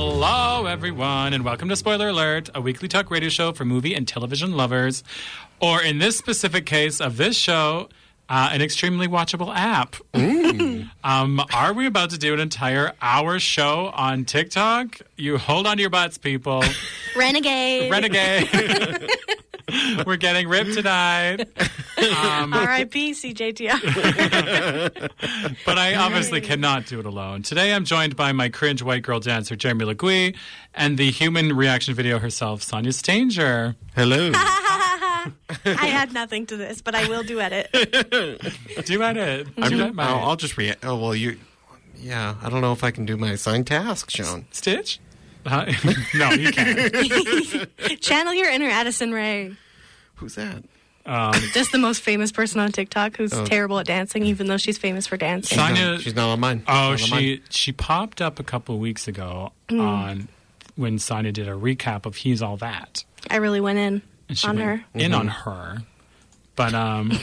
Hello, everyone, and welcome to Spoiler Alert, a weekly talk radio show for movie and television lovers, or in this specific case of this show, uh, an extremely watchable app. um, are we about to do an entire hour show on TikTok? You hold on to your butts, people. Renegade. Renegade. We're getting ripped tonight. Um, R.I.P. CJTR. But I obviously cannot do it alone. Today I'm joined by my cringe white girl dancer, Jeremy Legui, and the human reaction video herself, Sonia Stanger. Hello. I had nothing to this, but I will do edit. Do edit. I'm, Do it, I'll, my I'll just react. Oh well, you. Yeah, I don't know if I can do my assigned task, Sean. Stitch? Huh? no, you can't. Channel your inner Addison Ray. Who's that? Just the most famous person on TikTok Oh. who's terrible at dancing, even though she's famous for dancing. No, Sonia. she's not on mine. Oh, She's not on mine. she she popped up a couple of weeks ago Mm. on when Sonia did a recap of He's All That. I really went in And she on went her. In on Mm-hmm. her. But um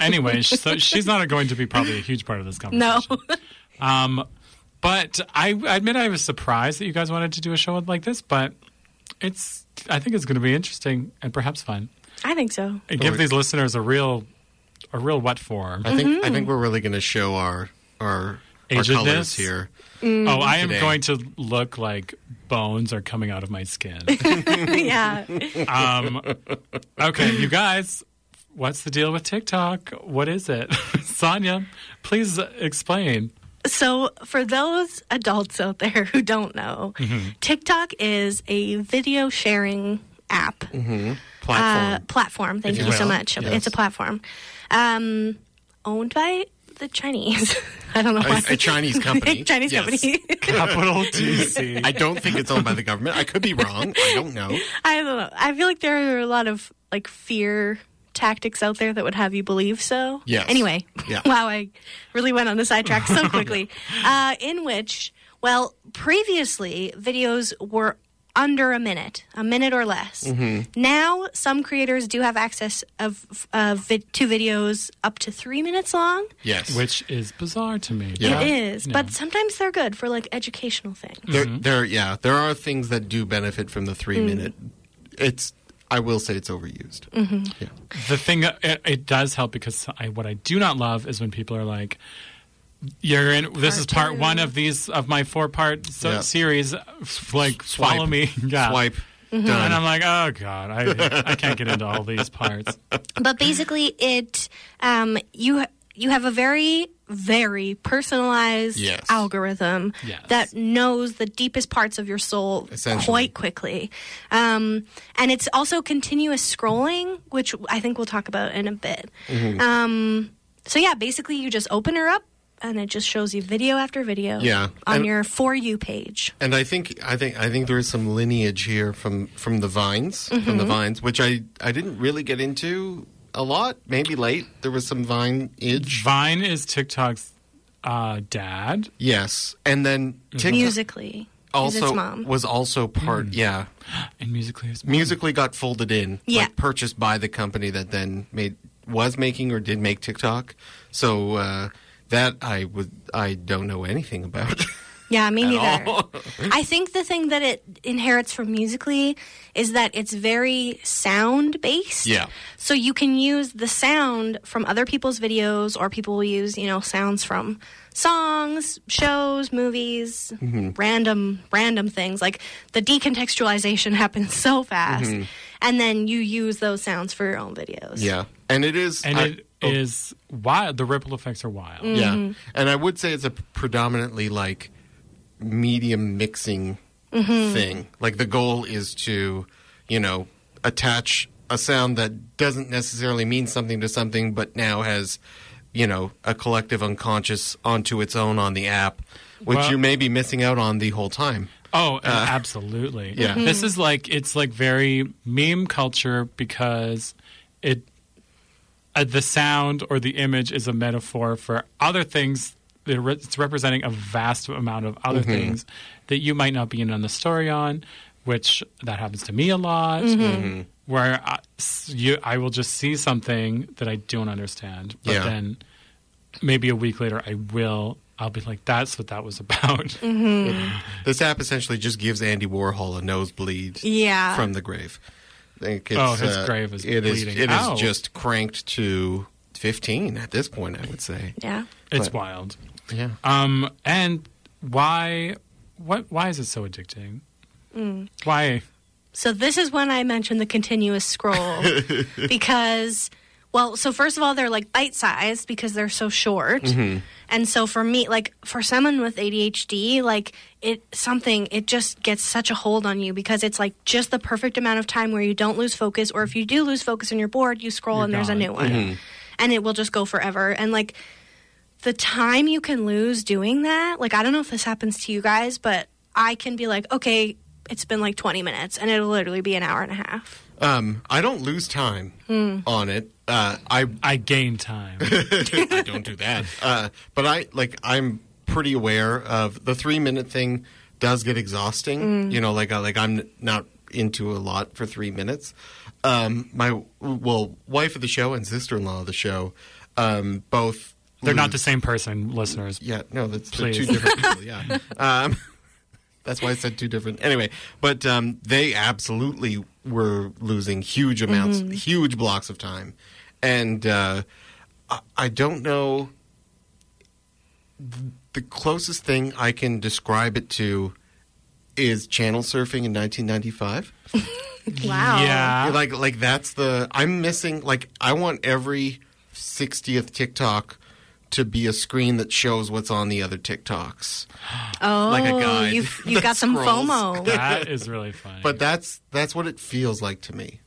anyway, sh- so she's not going to be probably a huge part of this No. conversation. Um but I, I admit I was surprised that you guys wanted to do a show like this, but it's I think it's gonna be interesting and perhaps fun. I think so. And give Or- these listeners a real a real what for. I think I think we're really going to show our our our Mm-hmm. Agedness? colors here. Oh, Mm-hmm. I am Today. going to look like bones are coming out of my skin. yeah. Um, okay, you guys, what's the deal with TikTok? What is it? Sonia, please explain. So, for those adults out there who don't know, Mm-hmm. TikTok is a video sharing app Mm-hmm. Platform. Uh, platform. Thank you you, so will. much. Yes. It's a platform um, owned by the Chinese. I don't know why. a, a Chinese company. Chinese Yes. company. Capital DC. I don't think it's owned by the government. I could be wrong. I don't know. I don't know. I feel like there are a lot of like fear tactics out there that would have you believe so. Yes. Anyway, Yeah. wow, I really went on the sidetrack so quickly. uh, in which, well, previously videos were under a minute, a minute or less. Mm-hmm. Now, some creators do have access of uh, vid- to videos up to three minutes long. Yes. Which is bizarre to me. Yeah. It is, Yeah. but sometimes they're good for like educational things. there, mm-hmm. there, yeah, there are things that do benefit from the Mm. three minute. It's. I will say it's overused. Mm-hmm. Yeah. The thing, it, it does help because I, what I do not love is when people are like, you're in. This is part two. one of these of my four part so, Yeah. series. Like, Swipe. follow me. Yeah. Swipe. Done. And I'm like, oh god, I I can't get into all these parts. But basically, it um, you you have a very very personalized Yes. algorithm Yes. that knows the deepest parts of your soul Essentially. quite quickly, um, and it's also continuous scrolling, which I think we'll talk about in a bit. Mm-hmm. Um, so yeah, basically, you just open her up. And it just shows you video after video Yeah. on And- your For You page. And I think I think I think there is some lineage here from from the vines, from Mm-hmm. the vines, which I I didn't really get into a lot. Maybe late there was some vineage. Vine is TikTok's uh, dad. Yes, and then TikTok Musically. is also Mm-hmm. its mom. Mm. was also part. Yeah, And musically, is musically got folded in. Yeah. like purchased by the company that then made was making or did make TikTok. So uh, that I would I don't know anything about. Yeah, me neither. all. I think the thing that it inherits from Musically is that it's very sound based. Yeah. So you can use the sound from other people's videos, or people will use, you know, sounds from songs, shows, movies, Mm-hmm. random random things. Like the decontextualization happens so fast, and then you use those sounds for your own videos. Mm-hmm. yeah, and it is and I- it is oh, wild. The ripple effects are wild. Yeah. And I would say it's a predominantly like medium mixing thing. Like the goal is to, you know, attach a sound that doesn't necessarily mean something to something, but now has, you know, a collective unconscious onto its own on the app, which Well- you may be missing out on the whole time. Oh, absolutely. Uh, yeah. Mhm. This is like it's like very meme culture because it uh, the sound or the image is a metaphor for other things. It re- It's representing a vast amount of Mm-hmm. other things that you might not be in on the story on, which that happens to me a lot. Mm-hmm. Where I, s- you, I will just see something that I don't understand, but Yeah. then maybe a week later I will I'll be like, that's what that was about. This app essentially just gives Andy Warhol a nosebleed Yeah. from the grave. I think it's, uh, Oh, his grave is it is- bleeding it is out. just cranked to 15 at this point, I would say. yeah. It's But- wild. Yeah. Um, and why? What? Why is it so addicting? Mm. Why? So this is when I mentioned the continuous scroll because well, so first of all they're like bite-sized because they're so short. Mm-hmm. And so for me like for someone with ADHD like it something it just gets such a hold on you because it's like just the perfect amount of time where you don't lose focus or if you do lose focus and you're bored, you scroll You're and there's a gone. Mm-hmm. new one. And it will just go forever and like the time you can lose doing that, like I don't know if this happens to you guys, but I can be like, okay, it's been like 20 minutes and it'll literally be an hour and a half. Um, I don't lose time Hmm. on it. Uh, I I gain time. I don't do that. Uh, but I like I'm pretty aware of the three minute thing does get exhausting. Hmm. You know, like I, like I'm not into a lot for three minutes. Um, my well, wife of the show and sister in law of the show, um, both They're not lose- the same person, listeners. yeah, no, that's they're two Please. different people. Yeah, um, that's why I said two different. Anyway, but um, they absolutely were losing huge amounts, huge blocks of time, and uh, I, I don't know. The closest thing I can describe it to is channel surfing in 1995 Wow. Yeah. like like that's the I'm missing like I want every 60th TikTok to be a screen that shows what's on the other TikToks. Oh, Like a guide you've, you've that got some scrolls. FOMO. that is really funny. But that's that's what it feels like to me.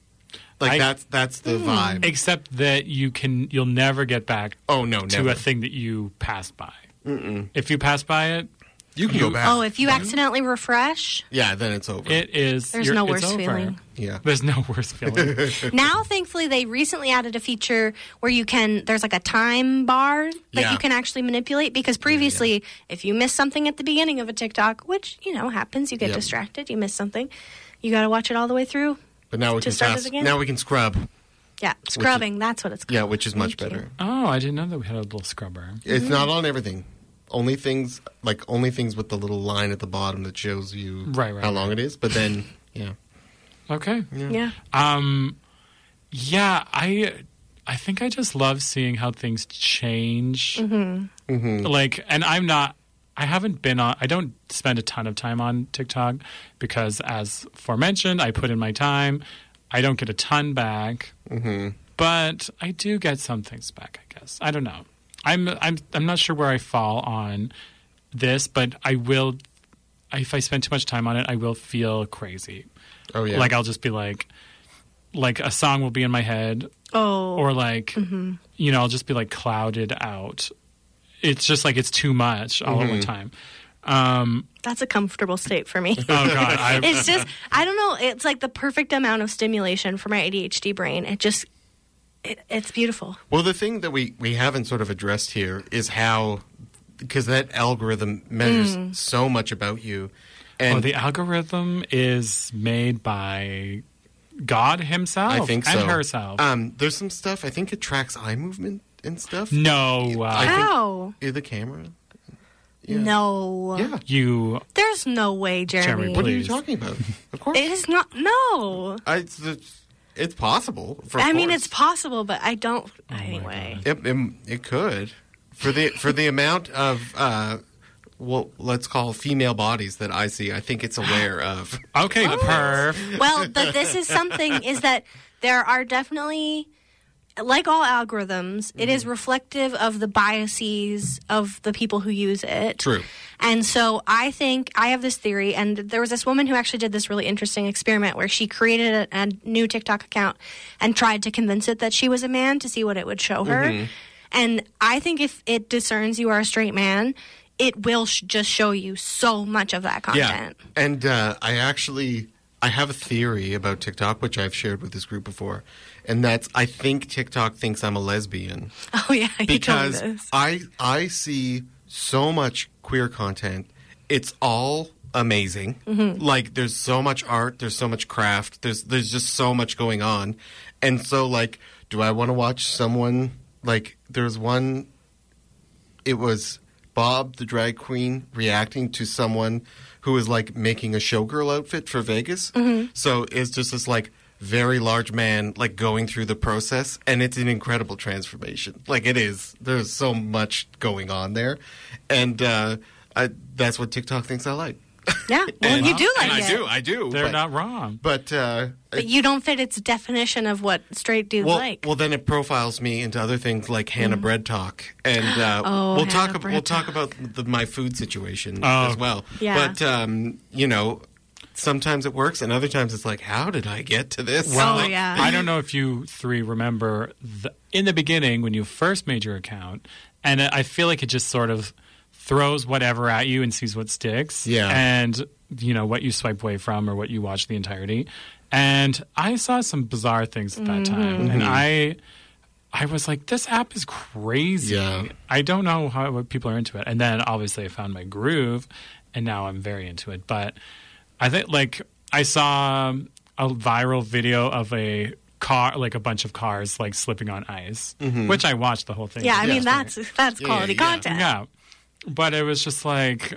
Like I- that's that's the vibe. except that you can, you'll never get back Oh no, to never. a thing that you passed by. If you pass by it, you can go back. Oh, if you accidentally refresh, yeah, then it's over. it is. There's you're- no it's worse over. feeling. yeah. There's no worse feeling. now thankfully they recently added a feature where you can there's like a time bar that Yeah. you can actually manipulate because previously if you miss something at the beginning of a TikTok, which you know happens, you get Yep. distracted, you miss something, you got to watch it all the way through. But now we To can start us fast, again? now we can scrub. Yeah, scrubbing, that's what it's called. Yeah, which is much Thank you. better. oh, I didn't know that we had a little scrubber. It's not on everything. Only things like only things with the little line at the bottom that shows you Right, right, how long it is, but then yeah. Okay. Yeah. Um, yeah, I I think I just love seeing how things Mm-hmm. change. Like, and I'm not. I haven't been on. I don't spend a ton of time on TikTok because, as forementioned, I put in my time. I don't get a ton back, Mm-hmm. but I do get some things back. I guess I don't know. I'm I'm I'm not sure where I fall on this, but I will. If I spend too much time on it, I will feel crazy. Oh yeah. Like I'll just be like, like a song will be in my head, Oh. or like, you know, I'll just be like clouded out. It's just like it's too much all Mm-hmm. at one time. That's a comfortable state for me. Oh god, I, it's just I don't know. It's like the perfect amount of stimulation for my ADHD brain. It just it, it's beautiful. Well, the thing that we, we haven't sort of addressed here is how, because that algorithm measures Mm. so much about you. And oh, the algorithm is made by God Himself I think and so. herself. Um, there's some stuff, I think it tracks eye movement and stuff. no, uh, I think- How? Eh, The camera. Yeah. No. Yeah. you. There's no way, Jeremy. Jeremy, What are you Please. talking about? Of course. it is not. No. I, it's, it's, it's possible. For I mean, course. it's possible, but I don't. Oh anyway. It, it, it could for the for the amount of uh, well, let's call female bodies that I see. I think it's aware of. Okay, perf. well, but this is something is that there are definitely like all algorithms, it Mm-hmm. is reflective of the biases of the people who use it. True. And so I think I have this theory, and there was this woman who actually did this really interesting experiment where she created a, a new TikTok account and tried to convince it that she was a man to see what it would show her. Mm-hmm. And I think if it discerns you are a straight man, it will sh- just show you so much of that content. And uh, I actually I have a theory about TikTok, which I've shared with this group before, and that's I think TikTok thinks I'm a lesbian Oh yeah, you told me because this. I I see so much queer content. It's all amazing. Like there's so much art, there's so much craft, there's there's just so much going on. And so like do I want to watch someone like there's one it was Bob the drag queen reacting to someone who was like making a showgirl outfit for Vegas. Mm-hmm. So it's just this like very large man like going through the process and it's an incredible transformation. Like it is. There's so much going on there. And uh I, that's what TikTok thinks I like. Yeah. Well, And- you do like and it. I do. I do. They're but, not wrong. But uh But you don't fit its definition of what straight dudes well, like. Mm-hmm. well, then it profiles me into other things like Hannah Bread Talk, and uh, Oh, we'll talk. Hannah ab- Bread we'll talk about the, my food situation Oh. as well. Yeah. But um, you know, sometimes it works, and other times it's like, how did I get to this? Well, Like, Oh, yeah. I don't know if you three remember the, in the beginning when you first made your account, and I feel like it just sort of throws whatever at you and sees what sticks. Yeah. And, you know, what you swipe away from or what you watch the entirety. And I saw some bizarre things at that time. And I. I was like, this app is crazy. Mm-hmm. Yeah. I don't know how what people are into it. And then obviously I found my groove, and now I'm very into it. But I think like I saw um, a viral video of a car, like a bunch of cars, like slipping on ice, which I watched the whole thing. yeah, I mean Yeah. that's that's Yeah, quality Mm-hmm. yeah. content. yeah. But it was just like,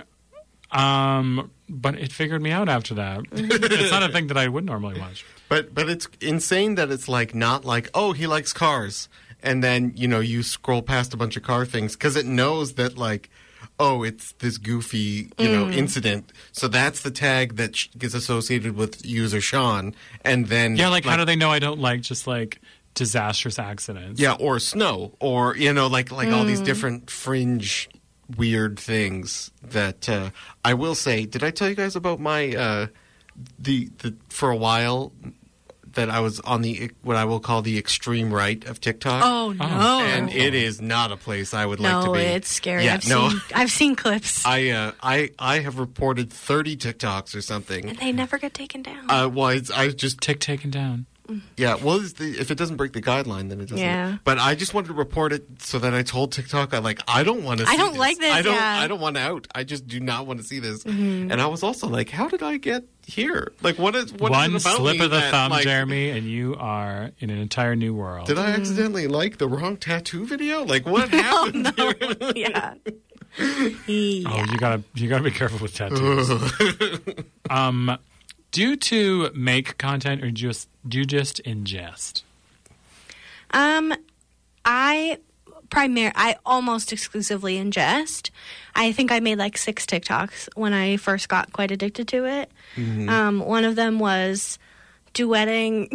um, but it figured me out after that. Mm-hmm. it's not a thing that I would normally watch. But but it's insane that it's like not like oh he likes cars, and then you know you scroll past a bunch of car things because it knows that like. Oh, it's this goofy, you know, incident. So that's the tag that sh- gets associated with user Sean, and then Yeah, like how do they know I don't like just like disastrous accidents? Yeah, or snow, or you know, like like all Hmm. these different fringe, weird things that uh, I will say. Did I tell you guys about my uh, the the for a while that I was on the what I will call the extreme right of TikTok? Oh no. and it is not a place I would like to no, be. it's scary. Yeah, I've no, seen I've seen clips. I uh, I I have reported thirty TikToks or something. they never get taken down. Uh, well, it's, I just Tick taken down. Yeah, well, it's the, if it doesn't break the guideline, then it doesn't. Yeah. But I just wanted to report it so that I told TikTok, I like, I don't want to. I don't like this, I don't. yeah. Mm-hmm. I don't want out. I just do not want to see this. And I was also like, how did I get here? Like, what is what is it One about slip me of the that, thumb, like, Jeremy, and you are in an entire new world. Did Mm-hmm. I accidentally like the wrong tattoo video? Like, what happened? here? yeah. Oh, yeah. you gotta you gotta be careful with tattoos. um, do you two make content or just do you just ingest? Um, I primar I almost exclusively ingest. I think I made like six TikToks when I first got quite addicted to it. Um, one of them was duetting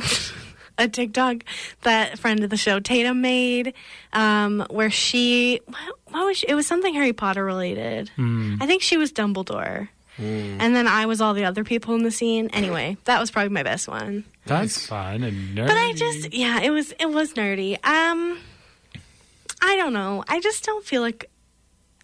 a TikTok that friend of the show Tatum made, um, where she what, what was she, it was something Harry Potter related. I think she was Dumbledore. And then I was all the other people in the scene. Anyway, that was probably my best one. That's fun and nerdy. But I just yeah, it was it was nerdy. Um I don't know. I just don't feel like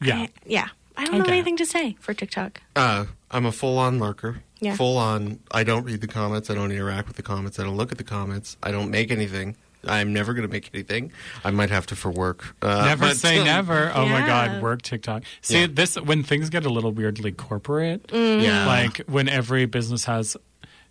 yeah. I, yeah. I don't know Okay. anything to say for TikTok. Uh, I'm a full-on lurker. Yeah. Full-on. I don't read the comments. I don't interact with the comments. I don't look at the comments. I don't make anything. I'm never going to make anything. I might have to for work. Uh, Never but- say never. Oh my Yeah. God, work TikTok. See Yeah. Mm. this when things get a little weirdly corporate. Yeah. Like when every business has,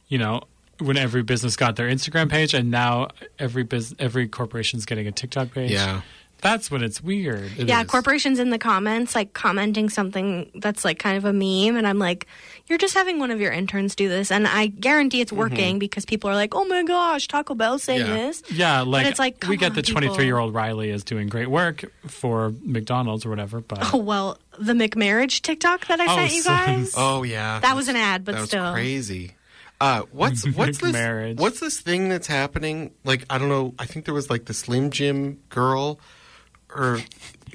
you know, when every business got their Instagram page, and now every bus every corporation's getting a TikTok page. Yeah. that's when it's weird. It yeah, is. corporations in the comments like commenting something that's like kind of a meme and I'm like you're just having one of your interns do this and I guarantee it's working because people are like, "Oh my gosh, Taco Bell saying Yeah. this." Mm-hmm. Yeah, like, it's like, we come get on, the people. 23 year old Riley is doing great work for McDonald's or whatever, but Oh, well, the McMarriage TikTok that I Oh, sent you so- guys. Oh yeah, That was an ad, but that was still. crazy. Uh, what's what's this? Marriage. What's this thing that's happening? Like I don't know. I think there was like the Slim Jim girl, or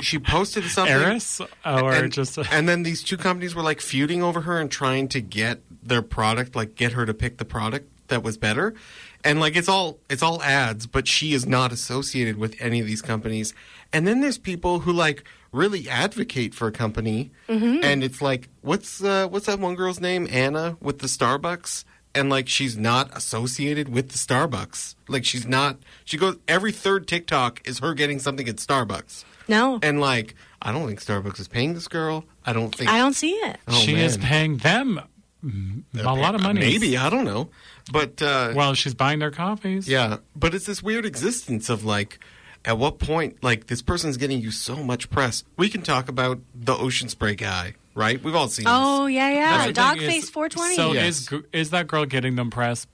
she posted something. Eris uh, or and, just and then these two companies were like feuding over her and trying to get their product, like get her to pick the product that was better. And like it's all it's all ads, but she is not associated with any of these companies. And then there's people who like really advocate for a company, and it's like what's uh, what's that one girl's name? Anna with the Starbucks. And like she's not associated with the Starbucks. Like she's not. She goes every third TikTok is her getting something at Starbucks. No. And like, I don't think Starbucks is paying this girl. I don't think I don't see it. Oh, she is man. paying them m- a lot of money. Maybe I don't know, but uh, Well, she's buying their coffees. yeah. But it's this weird existence of like, at what point like this person's getting you so much press? We can talk about the ocean spray guy, right? We've all seen. Oh yeah, yeah. That's the thing Dogface is- four twenty. So Yes. is gr- is that girl getting them press?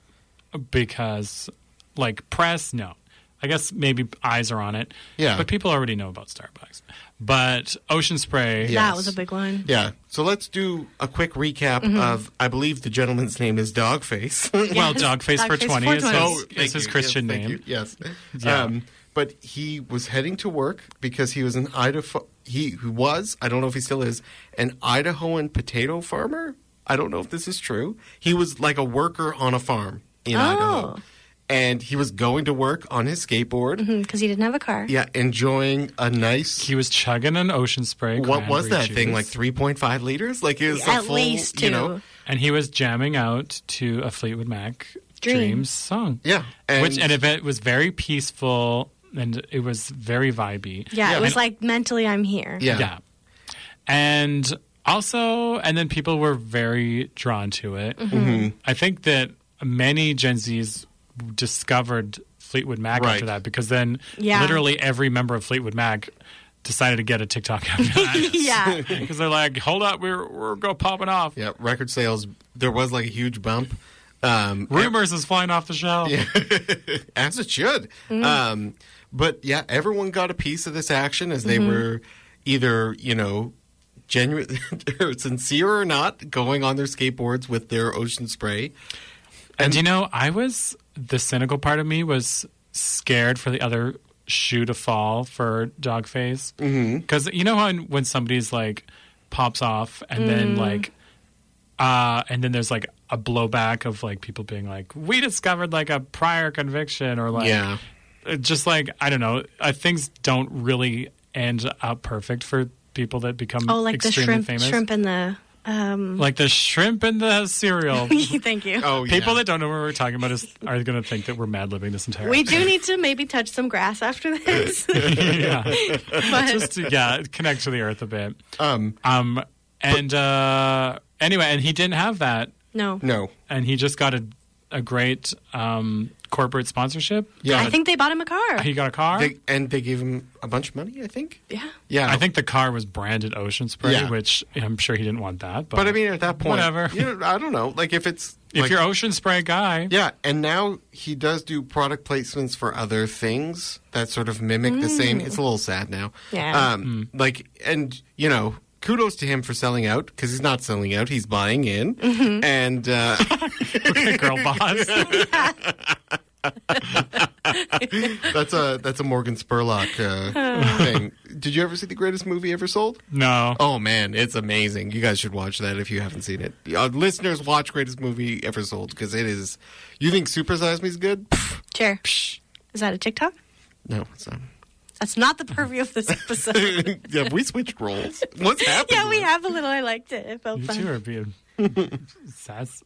Because like press, no. I guess maybe eyes are on it. Yeah. But people already know about Starbucks. But Ocean Spray. Yeah. That yes. was a big one. this. Yeah. So let's do a quick recap Mm-hmm. of. I believe the gentleman's name is Dogface. Well, Dogface Dogface for twenty is his, 420. Oh, is thank his you. Christian Yes, name. thank you. Yes. Yeah. Um, but he was heading to work because he was an Idaho. He who was, I don't know if he still is, an Idahoan potato farmer. I don't know if this is true. He was like a worker on a farm in Oh. Idaho, and he was going to work on his skateboard. Because Mm, he didn't have a car. Yeah, enjoying a nice. He was chugging an Ocean Spray. what cranberry was that thing? juice, Like three point five liters? Like it was a At full, least You two. know, And he was jamming out to a Fleetwood Mac Dream. Dreams song. yeah. And, Which and it was very peaceful and it was very vibey. Yeah, Yeah. it was And- like mentally I'm here. yeah. Yeah. And also, and then people were very drawn to it. Mm-hmm. I think that many Gen Zs discovered Fleetwood Mac Right. after that because then Yeah. literally every member of Fleetwood Mac decided to get a TikTok after that. Yeah. Because they're like, hold up, we're, we're go popping off. Yeah, record sales. There was like a huge bump. Um, Rumors is flying off the shelf. as it should. Mm. Um, but yeah, everyone got a piece of this action as they Mm-hmm. were either, you know, genuine, or sincere or not, going on their skateboards with their ocean spray. And you know, I was the cynical part of me was scared for the other shoe to fall for Dogface Mm-hmm. because you know when when somebody's like pops off and then Mm-hmm. like uh and then there's like a blowback of like people being like we discovered like a prior conviction or like Yeah. uh, just like I don't know uh, things don't really end up perfect for people that become Oh, like the extremely shrimp, famous shrimp and the. Um, like the shrimp in the cereal thank you. Oh, yeah. People that don't know what we're talking about is, are going to think that we're mad living this entire. We do need to maybe touch some grass after this. yeah, but just to, yeah, connect to the earth a bit. Um, Um, and uh, anyway, and he didn't have that, no. no. and he just got a a great um, corporate sponsorship. Yeah. I think they bought him a car. He got a car. they, and they gave him a bunch of money, I think. yeah. Yeah. I think the car was branded Ocean Spray, Yeah. which I'm sure he didn't want that. But, But I mean, at that point, Whatever. You know, I don't know. Like, if it's. if like- you're Ocean Spray guy, Yeah, and now he does do product placements for other things that sort of mimic the same. It's a little sad now. Yeah. Um, Like, and, you know, kudos to him for selling out because he's not selling out, he's buying in. And, uh, girl boss. that's a that's a Morgan Spurlock uh, thing. Did you ever see the greatest movie ever sold? no. Oh man, it's amazing. You guys should watch that if you haven't seen it. Uh, listeners, watch greatest movie ever sold because it is. You think Super Size Me is good? Pff, Chair. Is that a TikTok? No, it's not. That's not the purview of this episode. yeah, we switched roles. What's happening? yeah, we have a little. I liked it. It felt You fun. two are being sass, sassy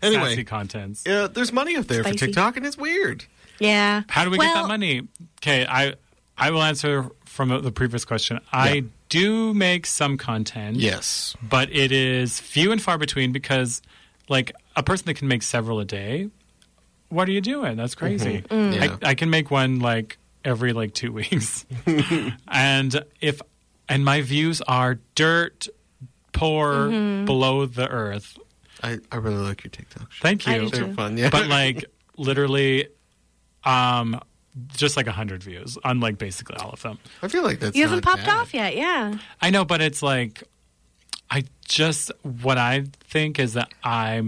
Anyway, contents. uh, there's money up there Spicy. for TikTok, and it's weird. Yeah. How do we get Well, that money? Okay, I I will answer from the previous question. I Yeah. do make some content, Yes. but it is few and far between because, like, a person that can make several a day, what are you doing? That's crazy. Mm-hmm. Mm. Yeah. I, I can make one like every like two weeks, and if and my views are dirt poor Mm-hmm. below the earth. I, I really like your TikTok. Thank I you. do too. They're fun. Yeah. but like literally um just like 100 views on like basically all of them I feel like that's You haven't not popped bad. off yet. Yeah. i know but it's like i just what i think is that i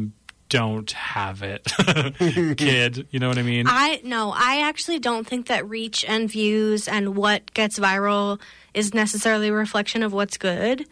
don't have it kid you know what i mean I no, I actually don't think that reach and views and what gets viral is necessarily a reflection of what's good.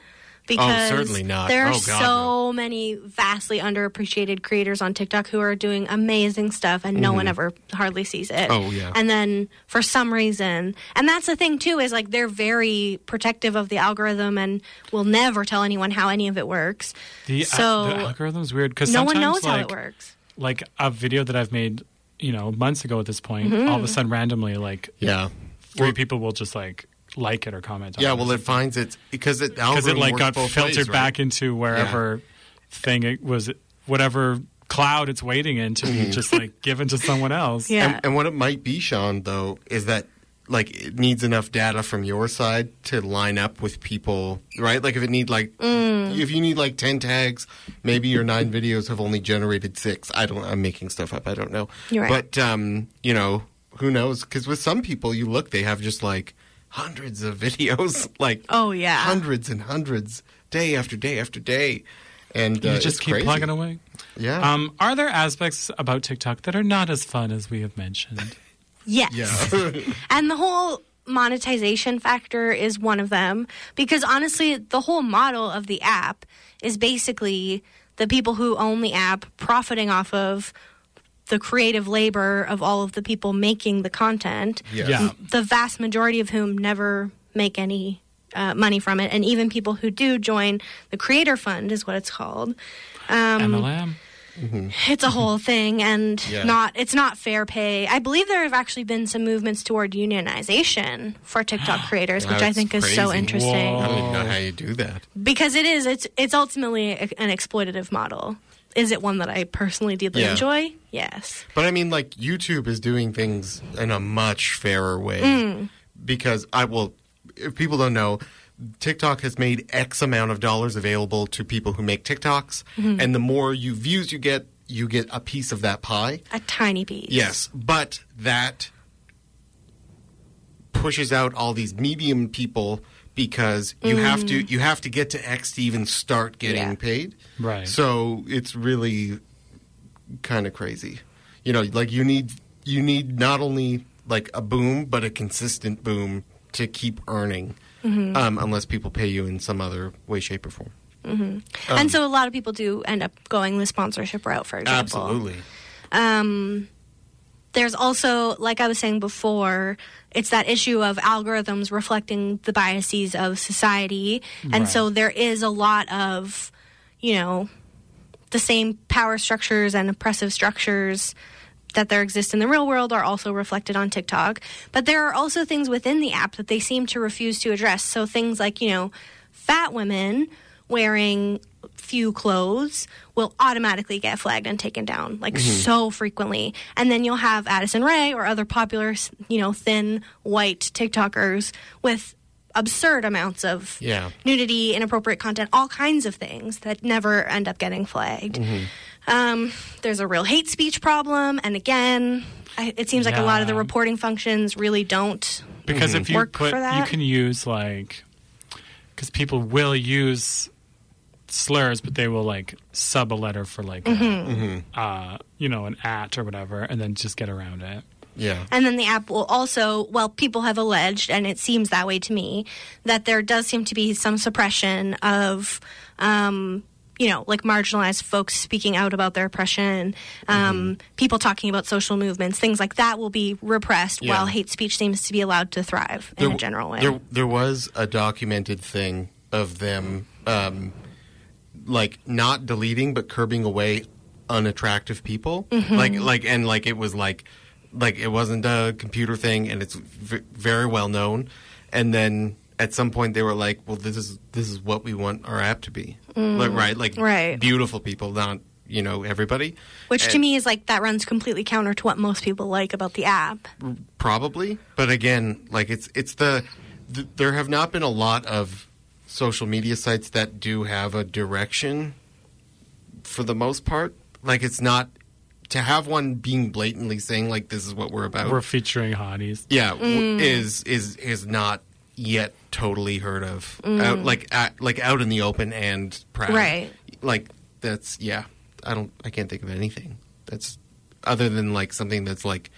Because Oh, certainly not. There are Oh, God, so no. many vastly underappreciated creators on TikTok who are doing amazing stuff, and no one ever hardly sees it. Mm-hmm. Oh, yeah. And then for some reason, and that's the thing too is like they're very protective of the algorithm and will never tell anyone how any of it works. uh, the, uh, so the algorithm's weird because no one knows like, how it works. like a video that i've made you know months ago at this point all Mm-hmm. of a sudden randomly like Yeah. three people will just like like it or comment on Yeah. it Well, it finds it because it because it like got filtered ways, right? back into wherever thing it was whatever cloud it's Mm-hmm. waiting in to be just like given to someone else Yeah. And, and what it might be, Sean, though, is that like it needs enough data from your side to line up with people, right? Like if it need like Mm. if you need like 10 tags, maybe your 9 videos have only generated 6. I don't I'm making stuff up. I don't know. You're right. But um, you know, who knows cuz with some people you look they have just like hundreds of videos like Oh yeah. hundreds and hundreds day after day after day. And uh, you just it's keep crazy. plugging away. Yeah. Um, are there aspects about TikTok that are not as fun as we have mentioned? Yes. yeah. And the whole monetization factor is one of them because honestly, the whole model of the app is basically the people who own the app profiting off of the creative labor of all of the people making the content, Yes. Yeah. the vast majority of whom never make any. Uh, money from it, and even people who do join the Creator Fund is what it's called. Um, Mm-hmm. MLM. it's a whole thing and Yeah. not it's not fair pay i believe there have actually been some movements toward unionization for tiktok creators which i That's think is so crazy. interesting Whoa. I don't even know how you do that. because it is it's it's ultimately a, an exploitative model is it one that i personally deeply Yeah. enjoy yes But I mean, like YouTube is doing things in a much fairer way because I will. If people don't know, TikTok has made X amount of dollars available to people who make TikToks, and the more you views you get, you get a piece of that pie. a tiny piece Yes, but that pushes out all these medium people because you have to you have to get to X to even start getting Yeah. paid. Right. So it's really kind of crazy. You know, like you need you need not only like a boom but a consistent boom to keep earning. Um, unless people pay you in some other way, shape, or form. um, and so a lot of people do end up going the sponsorship route for example there's also, like I was saying before, it's that issue of algorithms reflecting the biases of society. And Right. so there is a lot of, you know, the same power structures and oppressive structures that there exist in the real world are also reflected on TikTok. But there are also things within the app that they seem to refuse to address. So things like, you know, fat women wearing few clothes will automatically get flagged and taken down like so frequently. And then you'll have Addison Ray or other popular, s- you know, thin white TikTokers with absurd amounts of Yeah. nudity, inappropriate content, all kinds of things that never end up getting flagged. Mm-hmm. Um, there's a real hate speech problem, and again, I, it seems like a lot of the Yeah. reporting functions really don't. Because Mm-hmm. if you Work put, for you that? can use like, because people will use slurs, but they will like sub a letter for like, a, Mm-hmm. Mm-hmm. uh, you know, an at or whatever, and then just get around it. Yeah. And then the app will also, well, people have alleged, and it seems that way to me, that there does seem to be some suppression of, um, you know, like marginalized folks speaking out about their oppression, um, Mm-hmm. people talking about social movements, things like that will be repressed Yeah. while hate speech seems to be allowed to thrive in a general way. There, there was a documented thing of them, um, like not deleting but curbing away unattractive people. Mm-hmm. Like, like, and like it was like, like it wasn't a computer thing, and it's v- very well known. And then at some point they were like, "Well, this is this is what we want our app to be, like, right? Like, Mm. Right. beautiful people, not you know everybody." Which to me is like that runs completely counter to what most people like about the app. probably but again like it's it's the th- there have not been a lot of social media sites that do have a direction for the most part like it's not to have one being blatantly saying like this is what we're about We're featuring hotties. yeah w- is is is not yet totally heard of out, like out, like out in the open and proud Right. like that's yeah i don't i can't think of anything that's other than like something that's like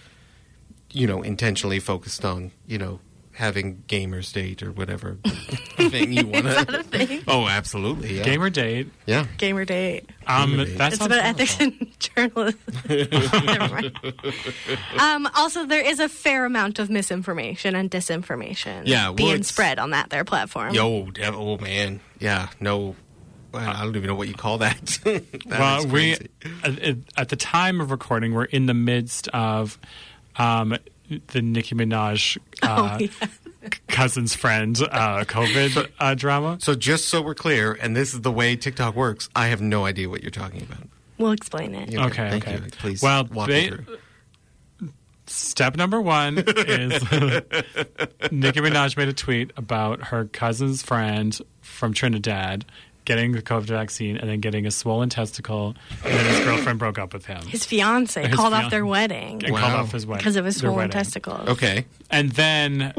you know intentionally focused on you know having gamers date or whatever thing you want to oh absolutely yeah Gamer date. yeah Gamer date. Um, Gamer date. that It's sounds about ethics wonderful. and journalism. Never mind. Um, also, there is a fair amount of misinformation and disinformation Yeah, well, being it's- spread on that their platform. yo dev- oh man yeah no well, I don't even know what you call that. That well, is we crazy. at, at the time of recording, we're in the midst of um, the Nicki Minaj Oh, uh, cousin's friend uh, COVID uh, drama. So just so we're clear, and this is the way TikTok works, I have no idea what you're talking about. We'll explain it. You know, Okay, thank okay. you. Please Well, walk they- me through. Step number one is Nicki Minaj made a tweet about her cousin's friend from Trinidad getting the COVID vaccine and then getting a swollen testicle, and then his girlfriend broke up with him His fiance called off their fian- wedding and called Wow. off his wedding because of his their swollen wedding. testicles. Okay. And then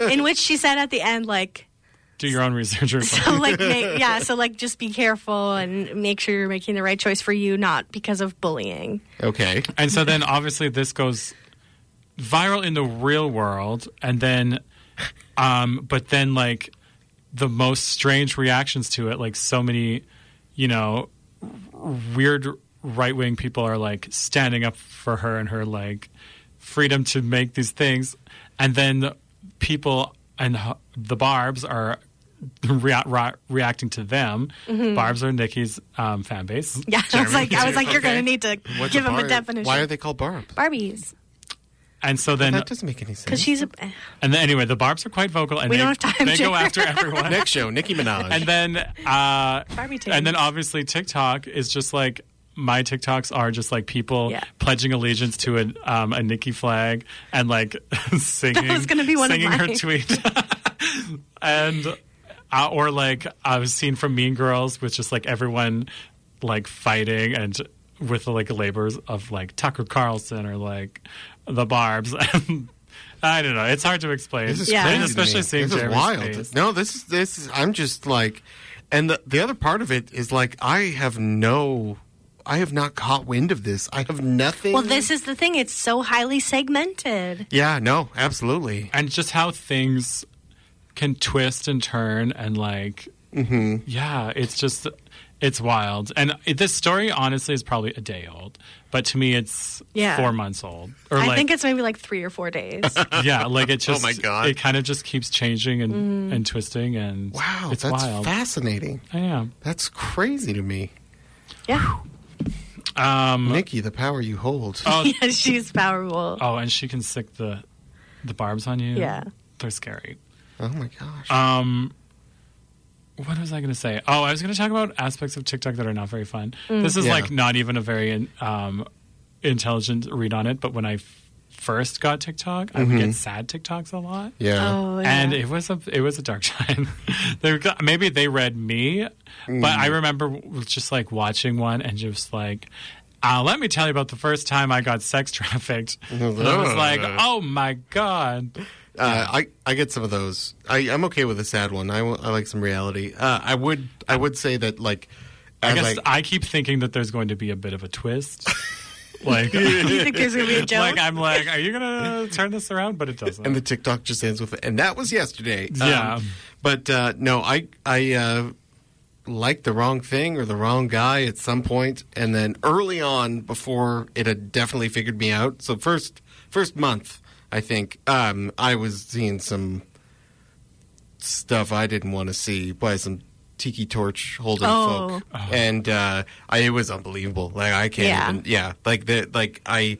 In which she said at the end, like, do your own research. yourself. so like, make, yeah, so like, just be careful and make sure you're making the right choice for you, not because of bullying. Okay. And so then obviously this goes viral in the real world and then um but then like the most strange reactions to it like so many you know weird right-wing people are like standing up for her and her like freedom to make these things and then people and h- the barbs are rea- rea- reacting to them barbs are nikki's um, fan base Yeah, I was like, I was like, you're gonna need to What's give him a barb? definition. Why are they called barb? Barbies? and so then That doesn't make any Because sense. she's a. eh, And then, anyway, the Barbs are quite vocal, and We they, don't have time, they go Jake. after everyone. Next show, Nicki Minaj. and then, uh, Barbie titties. and then obviously TikTok is just like my TikToks are just like people Yeah. pledging allegiance to a um, a Nikki flag and like singing. was gonna be one of singing her mine. tweet, and uh, or like I was seen from Mean Girls with just like everyone like fighting and with like labors of like Tucker Carlson or like the Barb's. I don't know. It's hard to explain. This is Yeah. crazy And to especially me. seeing this is Jeremy's wild. face. No, this is this is. I'm just like, and the the other part of it is like, I have no, I have not caught wind of this. I have nothing. Mm-hmm. Well, this is the thing. It's so highly segmented. Yeah. No. Absolutely. and just how things can twist and turn and like Mm-hmm. yeah it's just it's wild and it, this story honestly is probably a day old but to me it's Yeah. four months old or I like think it's maybe like three or four days. yeah like it just Oh my God. it kind of just keeps changing and Mm. and twisting and Wow. it's that's wild fascinating. i am That's crazy to me. yeah, um Nikki, the power you hold. oh, yeah, she's powerful. oh and she can stick the the barbs on you Yeah. they're scary Oh my gosh. Um, what was I going to say? Oh, I was going to talk about aspects of TikTok that are not very fun. Mm. This is Yeah. like not even a very um, intelligent read on it, but when I f- first got TikTok, I would get sad TikToks a lot. yeah. Oh, yeah. And it was a it was a dark time. they were, maybe they read me, but I remember just like watching one and just like, uh, let me tell you about the first time I got sex trafficked. And I was like, oh my god. Uh, I I get some of those. I I'm okay with a sad one. I, will- I like some reality. Uh, I would I would say that like. I as guess I- I keep thinking that there's going to be a bit of a twist. like, you think there's gonna be a joke? like I'm like, are you gonna turn this around? But it doesn't. and the TikTok just ends with, and that was yesterday. Um, Yeah. but uh, no, I I uh, liked the wrong thing or the wrong guy at some point, and then early on, before it had definitely figured me out. So first first month, I think um, I was seeing some stuff I didn't want to see by some tiki torch holding Oh. folk, and uh, I, it was unbelievable. Like I can't Yeah. even, yeah, like the like I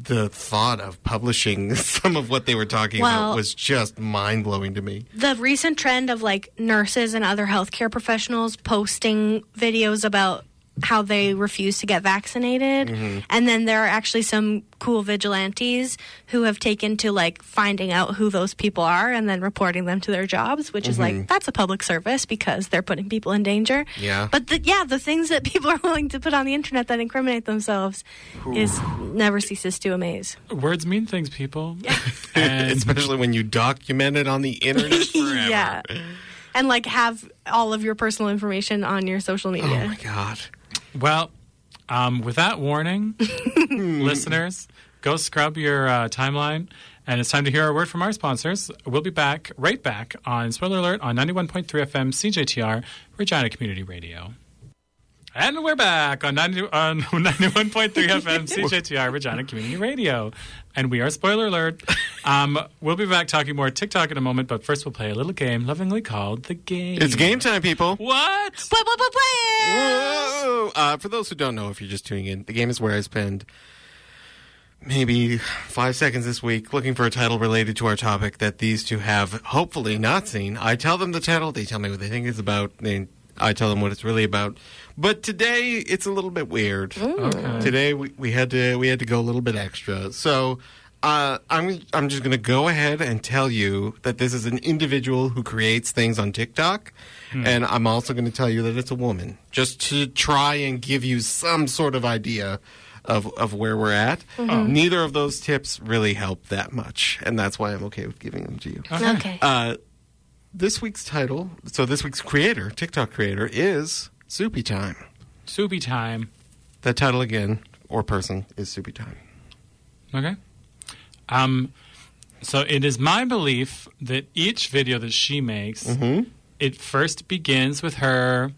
the thought of publishing some of what they were talking Well- about was just mind blowing to me. the recent trend of like nurses and other healthcare professionals posting videos about how they refuse to get vaccinated and then there are actually some cool vigilantes who have taken to like finding out who those people are and then reporting them to their jobs which is like that's a public service because they're putting people in danger Yeah. but the, yeah the things that people are willing to put on the internet that incriminate themselves is never ceases to amaze Words mean things, people. And Especially when you document it on the internet forever. yeah and like have all of your personal information on your social media Oh my god. well, um, with that warning, listeners, go scrub your uh, timeline. And it's time to hear our word from our sponsors. We'll be back, right back, on Spoiler Alert on 91.3 FM CJTR, Regina Community Radio. And we're back on, 90, on 91.3 FM CJTR Regina Community Radio. And we are spoiler alert. Um, we'll be back talking more TikTok in a moment, but first we'll play a little game lovingly called The Game. It's game time, people. What? Blah, blah, blah, blah. Whoa! Uh, for those who don't know, if you're just tuning in, the game is where I spend maybe five seconds this week looking for a title related to our topic that these two have hopefully not seen. I tell them the title, they tell me what they think it's about, they I tell them what it's really about. But today it's a little bit weird. Okay. Today we, we had to we had to go a little bit extra. So uh, I'm I'm just gonna go ahead and tell you that this is an individual who creates things on TikTok, and I'm also gonna tell you that it's a woman, just to try and give you some sort of idea. Of, of where we're at. Neither of those tips really help that much. And that's why I'm okay with giving them to you. Okay. Uh, this week's title, so this week's creator, TikTok creator, is Soupy Time. Soupy time. That title again, or person, is Soupy Time. Okay. Um, so it is my belief that each video that she makes, it first begins with her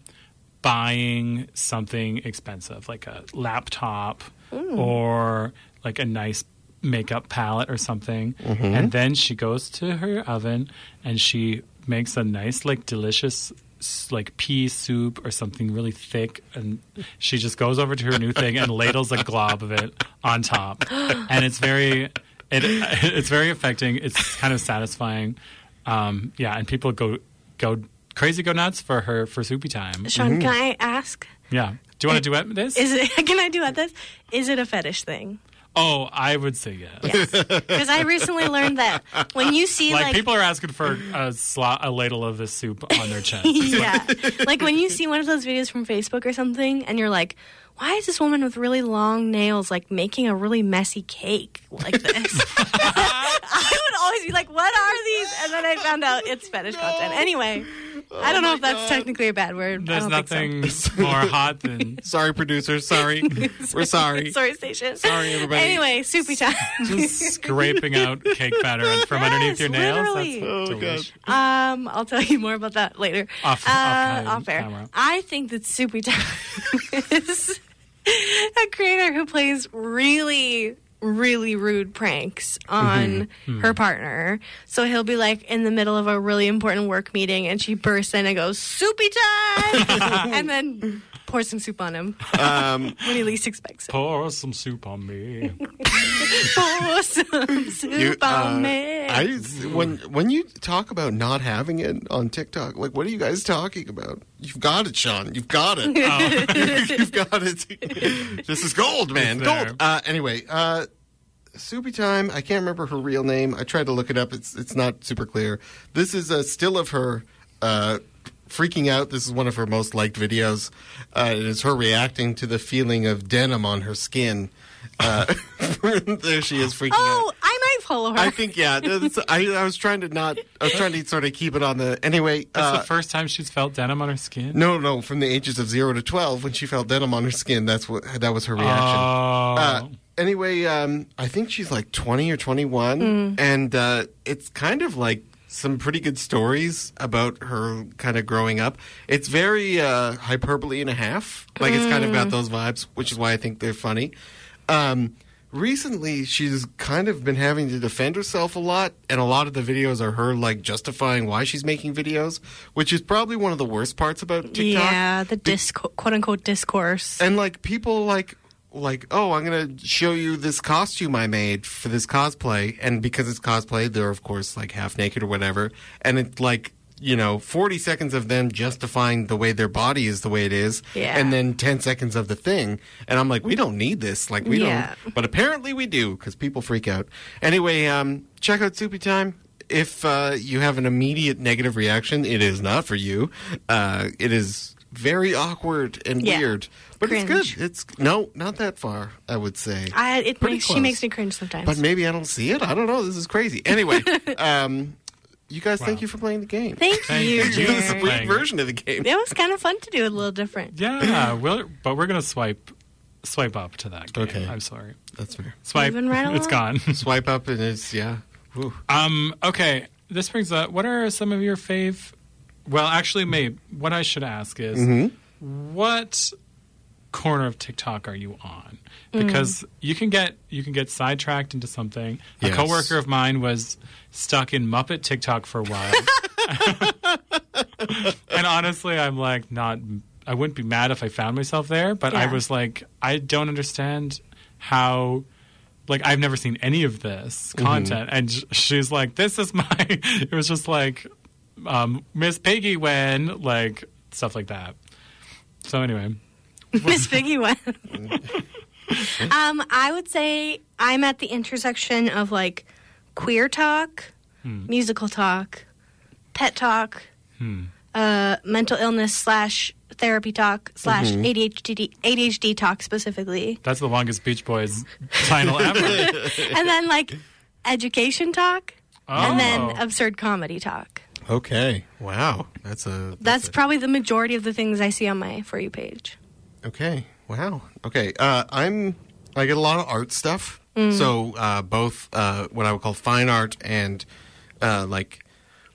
buying something expensive, like a laptop or like a nice makeup palette or something. And then she goes to her oven and she makes a nice, like, delicious. s- Like pea soup or something really thick, and she just goes over to her new thing and ladles a glob of it on top, and it's very, it, it's very affecting. It's kind of satisfying, um, yeah. And people go go crazy, go nuts for her for soupy time. Mm-hmm. Sean, can I ask? Yeah. Do you want to duet this? Is it? Can I do this? Is it a fetish thing? oh, I would say yes. Because I recently learned that when you see Like, like, people are asking for a slot, a ladle of this soup on their chest. yeah, like when you see one of those videos from Facebook or something, and you're like, why is this woman with really long nails like making a really messy cake like this? I would always be like, what are these? And then I found out it's fetish content. Anyway, I don't know if that's technically a bad word. I There's don't nothing more hot than Sorry, producers. Sorry. We're sorry. Think so. Sorry, station. Sorry, everybody. Anyway, soupy time. just scraping out cake batter from underneath your nails. literally. That's Oh, delicious. God. Um, I'll tell you more about that later. Off- uh, off cam- off air. camera. I think that Soupy Time is a creator who plays really, really rude pranks on her partner. So he'll be like in the middle of a really important work meeting, and she bursts in and goes Soupy Time, and then pours some soup on him Um, when he least expects it. Pour some soup on me. Pour some soup you, uh, on me. I, when when you talk about not having it on TikTok, like what are you guys talking about? You've got it, Sean. You've got it. Oh. You've got it. this is gold, man. It's there. Gold. Uh, anyway, uh, Soupy Time. I can't remember her real name. I tried to look it up. It's it's not super clear. This is a still of her uh, freaking out. This is one of her most liked videos. Uh, it is her reacting to the feeling of denim on her skin. Uh, there she is freaking out. oh, I might follow her. I think yeah. that's- I, I was trying to not. I was trying to sort of keep it on the anyway. That's Uh, the first time she's felt denim on her skin. no, no. From the ages of zero to twelve, when she felt denim on her skin, that's what that was her reaction. Oh. Uh, anyway, um, I think she's like twenty or twenty-one, and uh, it's kind of like some pretty good stories about her kind of growing up. It's very uh, hyperbole and a half. Like it's kind of got those vibes, which is why I think they're funny. Um, recently she's kind of been having to defend herself a lot and a lot of the videos are her like justifying why she's making videos which is probably one of the worst parts about tiktok yeah, the disco- quote unquote discourse. and like people like like oh i'm gonna show you this costume i made for this cosplay and because it's cosplay they're of course like half naked or whatever and it's like you know 40 seconds of them justifying the way their body is the way it is Yeah. and then 10 seconds of the thing and i'm like we don't need this like we Yeah. don't but apparently we do because people freak out anyway um check out soupy time if uh, you have an immediate negative reaction it is not for you uh, it is very awkward and Yeah. weird but it's Cringe. good. It's no, not that far. I would say, I, it Pretty makes, close. she makes me cringe sometimes. but maybe I don't see it. I don't know. This is crazy. Anyway, um, you guys, thank you for playing the game. Thank, Thank you. you. this is a Jared. weird version of the game. It was kind of fun to do it a little different. yeah, we'll, but we're gonna swipe swipe up to that. Game. Okay. I'm sorry. That's fair. Swipe. Moving right it's along. gone. Swipe up and it's yeah. Whew. Um, okay, this brings up. What are some of your fave? Well, actually, Mabe, what I should ask is, what corner of TikTok are you on? Because you can get you can get sidetracked into something. Yes. A coworker of mine was stuck in Muppet TikTok for a while, and honestly, I'm like not. I wouldn't be mad if I found myself there, but I Yeah. was like, I don't understand how like I've never seen any of this content, and sh- she's like, "This is my." it was just like um, Miss Piggy when like stuff like that. So anyway, Miss Piggy went. um, I would say I'm at the intersection of like queer talk, Hmm. musical talk, pet talk, uh, mental illness slash therapy talk slash Mm-hmm. ADHD ADHD talk specifically, that's the longest Beach Boys title ever. and then like education talk, Oh. and then absurd comedy talk. Okay. Wow. That's a That's probably the majority of the things I see on my for you page. Okay. Wow. Okay. Uh, I'm. I get a lot of art stuff. Mm. So uh, both uh, what I would call fine art and uh, like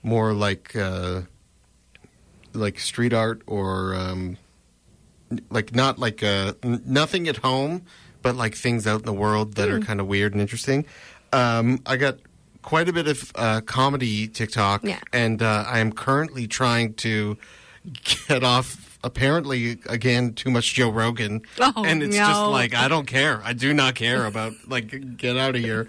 more like uh, like street art or um, n- like not like uh, n- nothing at home, but like things out in the world that Hmm. are kind of weird and interesting. Um, I got quite a bit of uh, comedy TikTok, Yeah. and uh, I am currently trying to get off. Apparently, again, too much Joe Rogan, Oh, and it's just no. like I don't care. I do not care about like get out of here.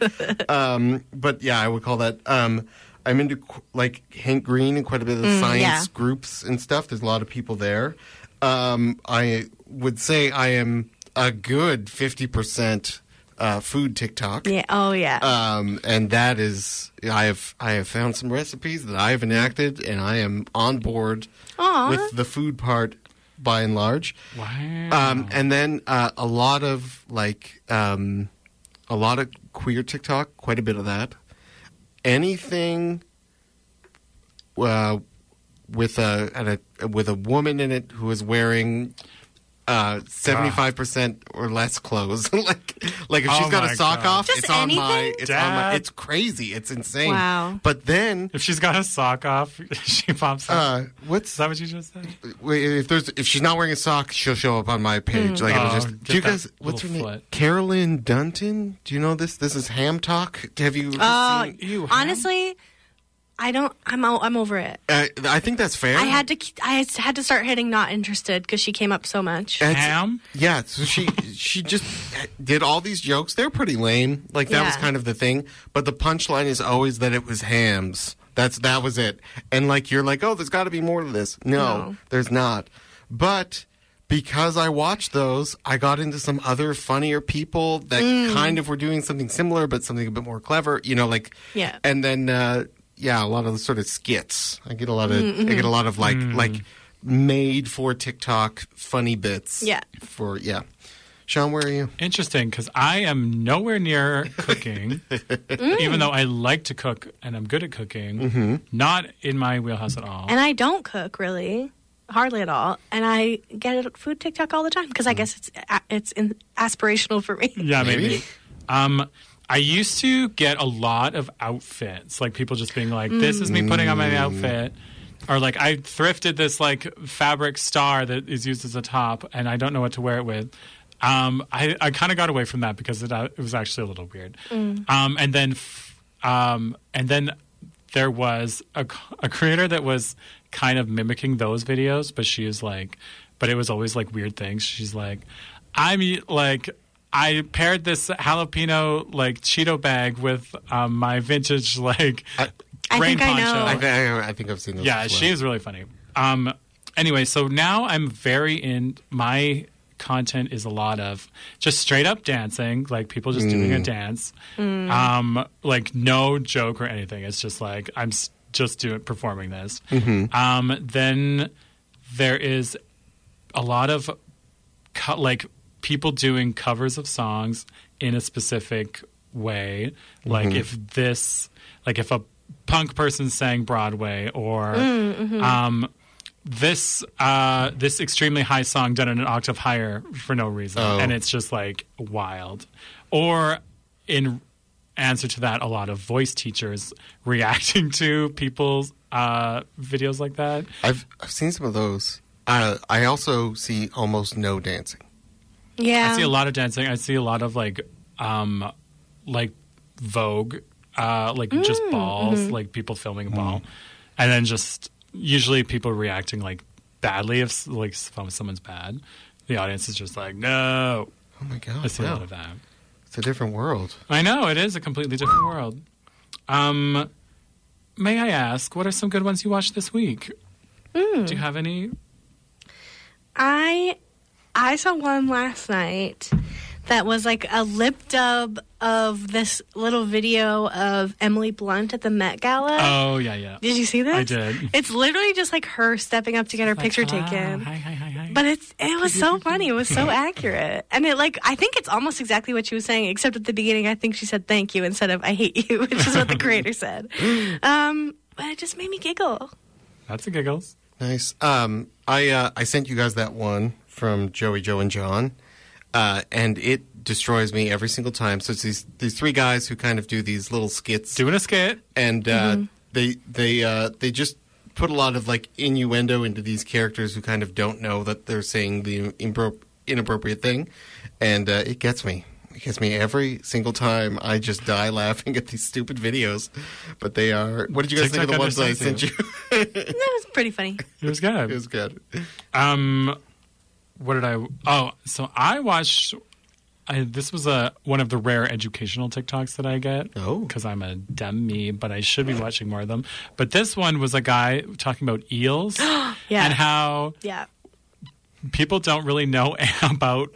Um, but yeah, I would call that. Um, I'm into qu- like Hank Green and quite a bit of science Mm, yeah. groups and stuff. There's a lot of people there. Um, I would say I am a good fifty percent uh, food TikTok. Yeah. Oh yeah. Uh, Um, and that is, I have I have found some recipes that I have enacted, and I am on board Aw. with the food part by and large. wow. Mm. Um, and then uh, a lot of like um, a lot of queer TikTok, quite a bit of that. Anything uh, with a, an, a with a woman in it who is wearing seventy five percent or less clothes. like like if Oh she's got my a sock God. off, Just it's on my anything? it's on my Dad. it's crazy. It's insane. Wow. But then if she's got a sock off, she pops up. uh, what's Is that what you just said? Wait, if there's if she's not wearing a sock, she'll show up on my page. Like it'll Oh, just. get Do you that guys? What's her little name? foot. Carolyn Dunton. Do you know this? This is Ham Talk. Have you? Oh, seen- Ew, huh? honestly, I don't. I'm o- I'm over it. uh, I think that's fair. I had to k- I s- had to start hitting not interested because she came up so much. Eh. It's- Ham? Yeah, so she she just did all these jokes. They're pretty lame. Like that was Yeah. kind of the thing. But the punchline is always that it was hams. That's that was it. And like you're like, oh, there's got to be more to this. No, No. there's not. But because I watched those, I got into some other funnier people that Mm. kind of were doing something similar, but something a bit more clever. You know, like Yeah. And then uh, yeah, a lot of the sort of skits. I get a lot of Mm-hmm. I get a lot of like like made for TikTok funny bits Yeah. for yeah. Sean, where are you? Interesting, because I am nowhere near cooking, even though I like to cook and I'm good at cooking. Not in my wheelhouse at all. And I don't cook really, hardly at all. And I get food TikTok all the time because I guess it's a- it's in, aspirational for me. Mm. yeah, Maybe. maybe. Um, I used to get a lot of outfits, like people just being like, "This is me putting on my outfit," or like I thrifted this like fabric star that is used as a top, and I don't know what to wear it with. Um, I, I kind of got away from that because it, uh, it was actually a little weird. Um, and then, f- um, and then there was a, c- a creator that was kind of mimicking those videos, but she is like, but it was always like weird things. She's like, I'm e- like, I paired this jalapeno like Cheeto bag with um, my vintage like I rain think I know. poncho. I, I, I think I've seen those. Yeah, as well. she is really funny. Um, anyway, so now I'm very in. My content is a lot of just straight up dancing, like people just doing Mm. a dance, um, like no joke or anything. It's just like I'm s- just doing performing this. Mm-hmm. Um, then there is a lot of co- like people doing covers of songs in a specific way like if this like if a punk person sang broadway or um this uh this extremely high song done in an octave higher for no reason Oh. and it's just like wild or in answer to that a lot of voice teachers reacting to people's uh videos like that I've I've seen some of those. Uh, I also see almost no dancing. Yeah, I see a lot of dancing. I see a lot of like, um, like Vogue, uh, like just Mm, balls, mm-hmm. like people filming Mm-hmm. a ball, and then just usually people reacting like badly if like if someone's bad, the audience is just like no. Oh my god! I see a wow. lot of that. It's a different world. I know it is a completely different world. Um, Hmm. may I ask, what are some good ones you watched this week? Do you have any I I saw one last night that was like a lip dub of this little video of Emily Blunt at the Met Gala. Oh yeah, yeah. Uh, did you see this? I did. It's literally just like her stepping up to get her picture Like, ah, taken. hi, hi, hi, hi. But it's it was so funny. It was so accurate, and it like I think it's almost exactly what she was saying, except at the beginning I think she said thank you instead of I hate you, which is what the creator said. Um, but it just made me giggle. that's a giggles. Nice. Um, I uh, I sent you guys that one from Joey, Joe, and John, uh, and it destroys me every single time. So it's these these three guys who kind of do these little skits, Doing a skit. and uh, they they uh, they just put a lot of like innuendo into these characters who kind of don't know that they're saying the impro- inappropriate thing, and uh, it gets me. It gets me every single time. I just die laughing at these stupid videos, but they are. What did you guys think of the TikTok ones that I sent understands you? That was pretty funny. It was good. it was good. Um, what did I? Oh, so I watched. I, this was a one of the rare educational TikToks that I get. Oh. because I'm a dummy, but I should be watching more of them. But this one was a guy talking about eels Yeah. and how Yeah. people don't really know about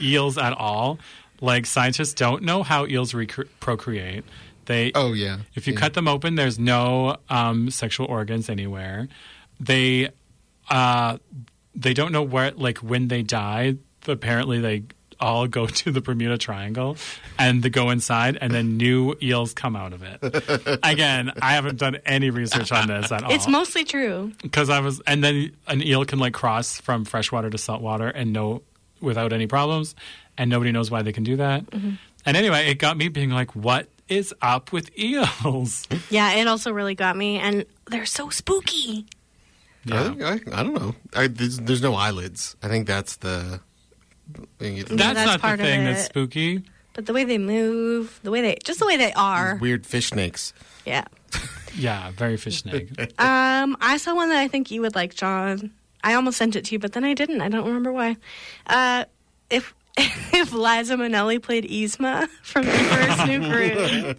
eels at all. Like scientists don't know how eels recre- procreate. They Oh yeah. if you Yeah. cut them open, there's no um, sexual organs anywhere. They uh, they don't know where like when they die. Apparently, they all go to the Bermuda Triangle and they go inside, and then new eels come out of it. Again, I haven't done any research on this at all. It's mostly true. because I was, and then an eel can like cross from freshwater to saltwater and no, without any problems, and nobody knows why they can do that. And anyway, it got me being like, what is up with eels? Yeah, it also really got me, and they're so spooky. I, Oh. think- I, I don't know. I, there's, there's no eyelids. I think that's the. That's, that's not part the of thing that's it. spooky. But the way they move, the way they just the way they are. weird fish snakes. Yeah. Yeah, very fish snake. Um, I saw one that I think you would like, John. I almost sent it to you, but then I didn't. I don't remember why. Uh, if if Liza Minnelli played Yzma from Emperor's New Groove,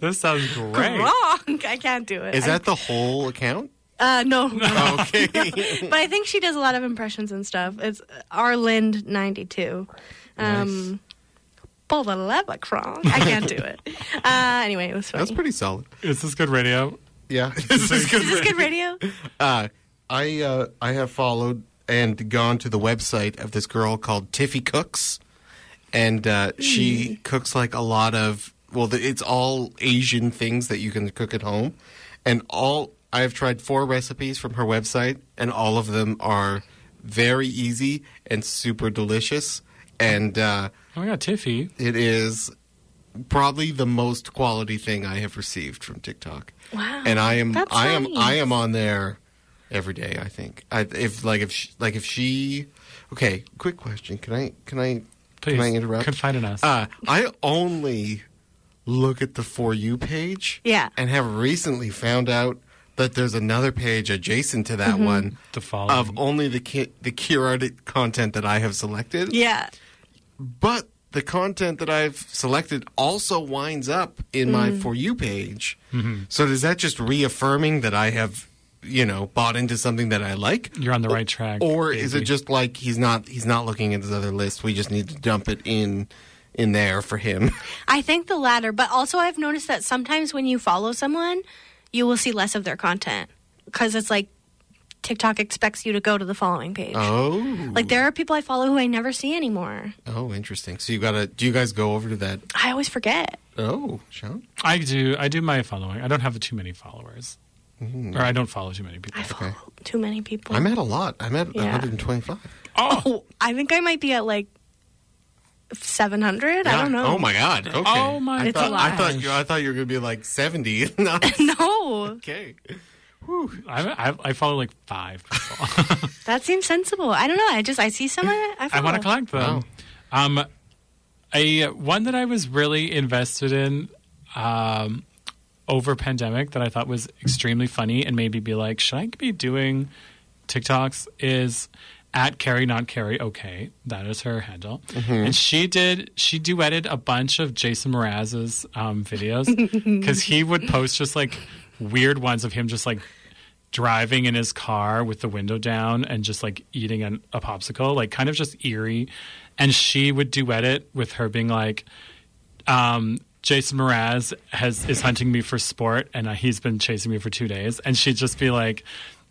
this sounds great. wrong. I can't do it. Is that Oh, the whole account? uh, no? Okay. but I think she does a lot of impressions and stuff. It's Arlind ninety two. Um, Pull the lever, Kronk. I can't do it. Uh, anyway, it was funny. that's pretty solid. Is this good radio? Yeah, this is good. Is this good radio? Uh, I uh, I have followed and gone to the website of this girl called Tiffy Cooks, and uh, she cooks like a lot of well, the, it's all Asian things that you can cook at home, and all I have tried four recipes from her website, and all of them are very easy and super delicious, and uh, Oh my god, Tiffy. it is probably the most quality thing I have received from TikTok. Wow. And I am That's I am nice. I am on there every day, I think. I if like if she, like if she Okay, quick question. Can I can I Please can I interrupt? confide in us. uh I only look at the for you page Yeah. and have recently found out that there's another page adjacent to Mm-hmm. that one the following. of only the ki- the curated content that I have selected Yeah. but the content that I've selected also winds up in my Mm. for you page. So is that just reaffirming that I have, you know, bought into something that I like? You're on the right track. Or is it baby. just like he's not he's not looking at his other list? We just need to dump it in in there for him. I think the latter, but also I've noticed that sometimes when you follow someone, you will see less of their content because it's like TikTok expects you to go to the following page. Oh. Like there are people I follow who I never see anymore. Oh, interesting. So you got to do you guys go over to that? I always forget. Oh, Sean. I do I do my following. I don't have too many followers. Mm-hmm. Or I don't follow too many people. I follow too many people. I'm at a lot. I'm at Yeah. 125. oh, oh, I think I might be at like 700. I don't know. Oh my god. Okay. Oh my I It's a thought, I lot. thought you I thought you were going to be like 70. Not no, okay. I, I, I follow like five people. that seems sensible. I don't know. I just I see someone. I, I follow. want to collect them. Um, a one that I was really invested in um, over pandemic that I thought was extremely funny and made me be like, should I be doing TikToks? Is at Carrie not Carrie? Okay, that is her handle, and she did she duetted a bunch of Jason Mraz's um, videos because he would post just like weird ones of him just like driving in his car with the window down and just like eating an, a popsicle, like kind of just eerie. And she would duet it with her being like, um, Jason Mraz has is hunting me for sport, and uh, he's been chasing me for two days. And she'd just be like,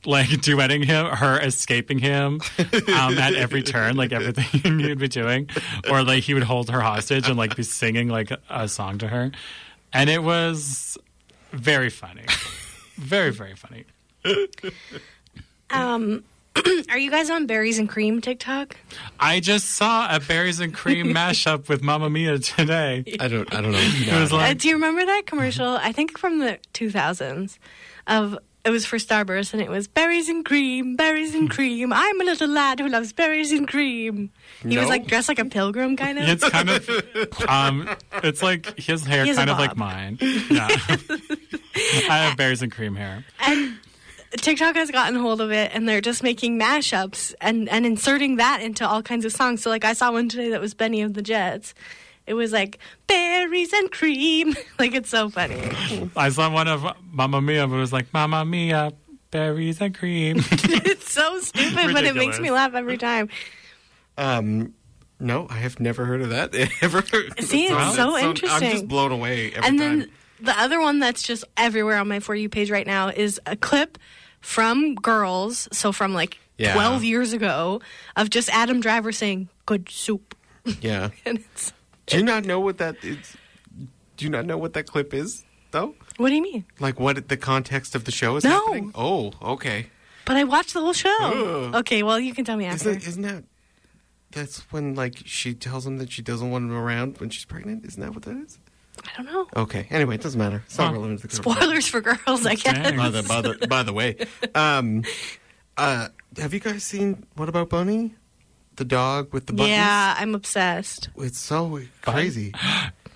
like duetting him, her escaping him um, at every turn, like everything he'd be doing, or like he would hold her hostage and like be singing like a song to her, and it was very funny, very very funny. Are you guys on berries and cream TikTok? I just saw a berries and cream mashup with Mamma Mia today. I don't. I don't know. It was Uh, like do you remember that Mm-hmm. commercial? I think from the 2000s of it was for Starburst and it was berries and cream, berries Hmm. and cream. I'm a little lad who loves berries and cream. He was No. like dressed like a pilgrim kind of. it's kind of um it's like his hair He has a kind of like bob. mine yeah i have berries and cream hair And TikTok has gotten hold of it and they're just making mashups and and inserting that into all kinds of songs. So like I saw one today that was Benny of the Jets. It was like berries and cream. Like it's so funny. i saw one of mamma mia but it was like mamma mia berries and cream It's so stupid, but it makes Ridiculous. me laugh every time. Um, no, I have never heard of that ever. See, it's Wow. so I'm just interesting. blown away every and time. then the other one that's just everywhere on my for you page right now is a clip from girls, so from like Yeah. 12 years ago of just Adam Driver saying good soup. yeah. And it's Do you not know what that is? Do you not know what that clip is though? What do you mean? Like what the context of the show is No. happening? Oh, okay. But I watched the whole show. Ugh. Okay, well you can tell me after. Isn't isn't that that's when like she tells him that she doesn't want him around when she's pregnant? Isn't that what that is? I don't know. Okay. Anyway, it doesn't matter. It's Huh. not relevant to the conversation. Spoilers for girls, I guess. Dang. by the by the by the way, um, uh, have you guys seen What About Bunny? The dog with the buttons. Yeah, I'm obsessed. it's so crazy.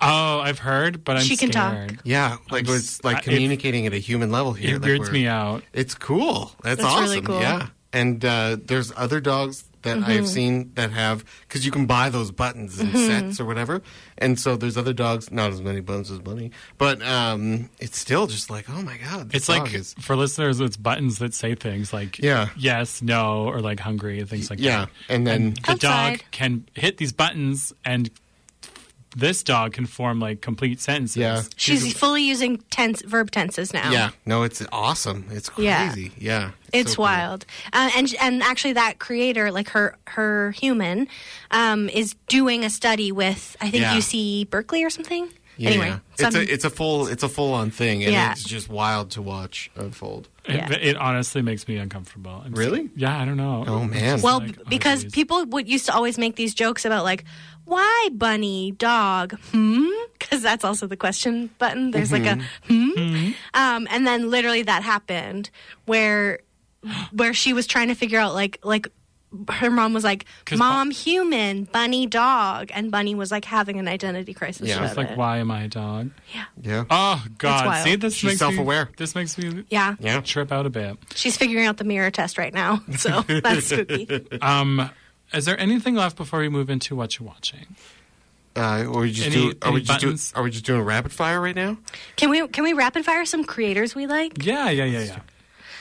oh i've heard but i'm She can talk. scared Yeah, like I'm it's s- I- like it- communicating at a human level here. it like weirds we're- me out It's cool. That's, That's awesome. really cool. Mm-hmm. Yeah, and uh, there's other dogs that I've seen that have because you can buy those buttons in Mm-hmm. sets or whatever. And so there's other dogs, not as many buttons as Bunny, but um, it's still just like, oh my god, this it's like dog is- for listeners it's buttons that say things like Yeah. yes no or like hungry things like yeah, that and then the dog Outside. can hit these buttons and this dog can form like complete sentences yeah. She's fully using tense verb tenses now. Yeah, no, it's awesome. It's Yeah. crazy. Yeah, It's so cool. wild, uh, and and actually that creator, like her her human, um, is doing a study with I think Yeah. UC Berkeley or something. Yeah, anyway, it's some- a it's a full it's a full on thing, and Yeah. it's just wild to watch unfold. It, Yeah. it honestly makes me uncomfortable. I'm Really? s- yeah, I don't know. Oh, It's man. just well, like, b- oh, because geez. people would used to always make these jokes about like, why bunny dog? Hmm, because that's also the question button. There's like a hmm, Mm-hmm. um, and then literally that happened where where she was trying to figure out like like her mom was like 'Cause bu- mom human bunny dog and bunny was like having an identity crisis Yeah. about it's like, it. why am I a dog? Yeah, Oh God! wild. See, this She's makes self-aware. Me, this makes me yeah yeah. trip out a bit. she's figuring out the mirror test right now so that's spooky Um, is there anything left before we move into what you're watching? Uh, or we just Any- do? Are any we just do, buttons? Are we just doing rapid fire right now? can we can we rapid fire some creators we like Yeah, yeah, yeah, yeah.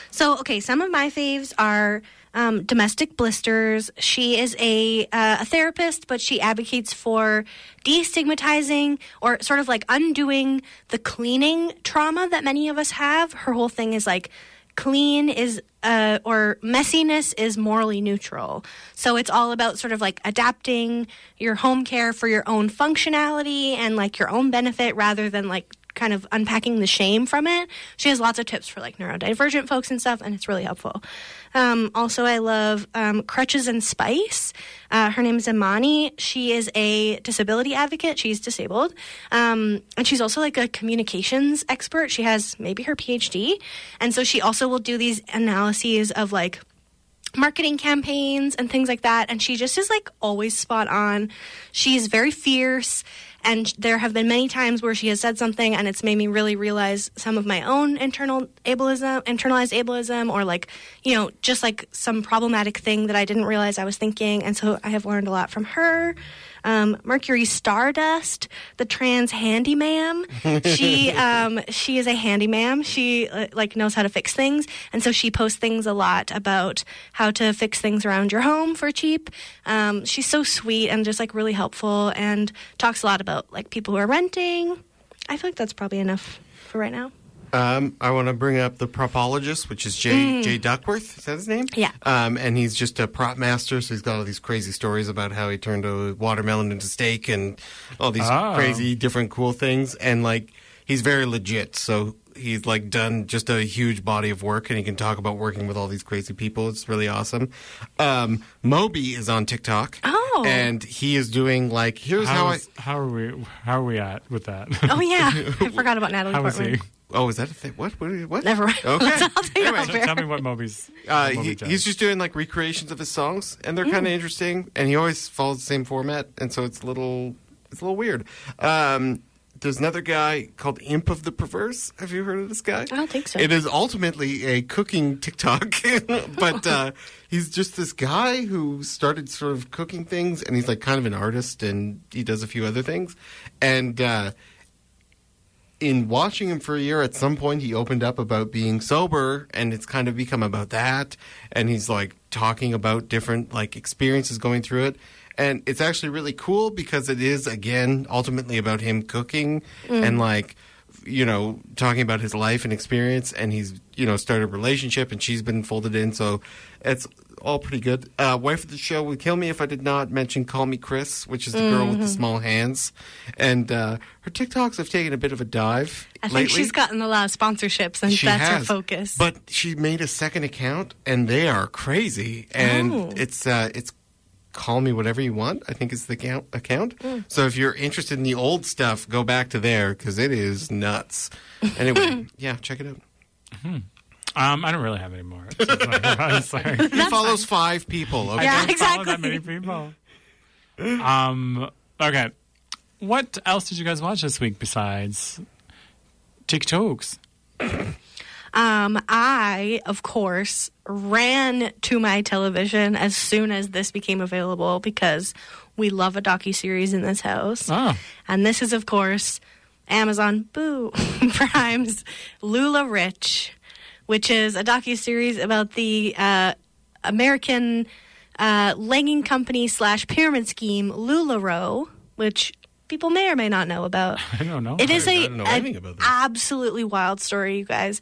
So, okay, some of my faves are um, Domestic Blisters. She is a, uh, a therapist, but she advocates for destigmatizing or sort of like undoing the cleaning trauma that many of us have. Her whole thing is like, clean is uh, or messiness is morally neutral so it's all about sort of like adapting your home care for your own functionality and like your own benefit rather than like kind of unpacking the shame from it. She has lots of tips for like neurodivergent folks and stuff, and it's really helpful. Um, also, I love um, Crutches and Spice. Uh, her name is Imani. She is a disability advocate. She's disabled. Um, and she's also like a communications expert. She has maybe her PhD. And so she also will do these analyses of like, marketing campaigns and things like that. And she just is like always spot on. She's very fierce. And there have been many times where she has said something, and it's made me really realize some of my own internal ableism, internalized ableism, or like, you know, just like some problematic thing that I didn't realize I was thinking. And so I have learned a lot from her. um, Mercury Stardust, the trans handyman. she um, she is a handyman. She uh, like knows how to fix things, and so she posts things a lot about how to fix things around your home for cheap. Um, she's so sweet and just like really helpful, and talks a lot about like people who are renting. I feel like that's probably enough for right now. Um, I want to bring up the propologist, which is Jay Jay Duckworth. Is that his name? Mm. Yeah. Um, and he's just a prop master, so he's got all these crazy stories about how he turned a watermelon into steak and all these Oh. crazy different cool things. And like, he's very legit, so he's like done just a huge body of work, and he can talk about working with all these crazy people. It's really awesome. Um, Moby is on TikTok. Oh. And he is doing like here's how, How, I. is, how are we? How are we at with that? Oh yeah, I forgot about Natalie how is Portman. he? Oh, is that a thing? What? What? what? Never mind. Okay. Anyway. Tell- Tell me what Moby's. Uh, what Moby he, does. he's just doing like recreations of his songs, and they're Mm. kind of interesting. And he always follows the same format, and so it's a little it's a little weird. Um, there's another guy called Imp of the Perverse. Have you heard of this guy? I don't think so. It is ultimately a cooking TikTok, but uh, he's just this guy who started sort of cooking things, and he's like kind of an artist, and he does a few other things, and. Uh, in watching him for a year, at some point he opened up about being sober, and it's kind of become about that. And he's like talking about different like experiences going through it, and it's actually really cool because it is again ultimately about him cooking and like you know talking about his life and experience. And he's you know started a relationship, and she's been folded in, so it's all pretty good. Uh, wife of the show would kill me if I did not mention Call Me Chris, which is the girl with the Mm-hmm. small hands. And uh, her TikToks have taken a bit of a dive I think lately. she's gotten a lot of sponsorships, and She that's her has. focus. But she made a second account, and they are crazy. And Oh. it's uh, it's call me whatever you want. I think is the account. account. Mm. So if you're interested in the old stuff, go back to there because it is nuts. Anyway, yeah, check it out. Um, I don't really have any more. So it's like- I'm sorry. He follows five people. Okay. I Yeah, don't follow that exactly. many people. Um. Okay. What else did you guys watch this week besides TikToks? Um, I, of course, ran to my television as soon as this became available because we love a docu series in this house. Oh, And this is, of course, Amazon Boo Prime's Lula Rich, which is a docu series about the uh, American uh, legging company slash pyramid scheme LuLaRoe, which people may or may not know about. I don't know. It is Oh, I a don't know an anything about this. absolutely wild story, you guys.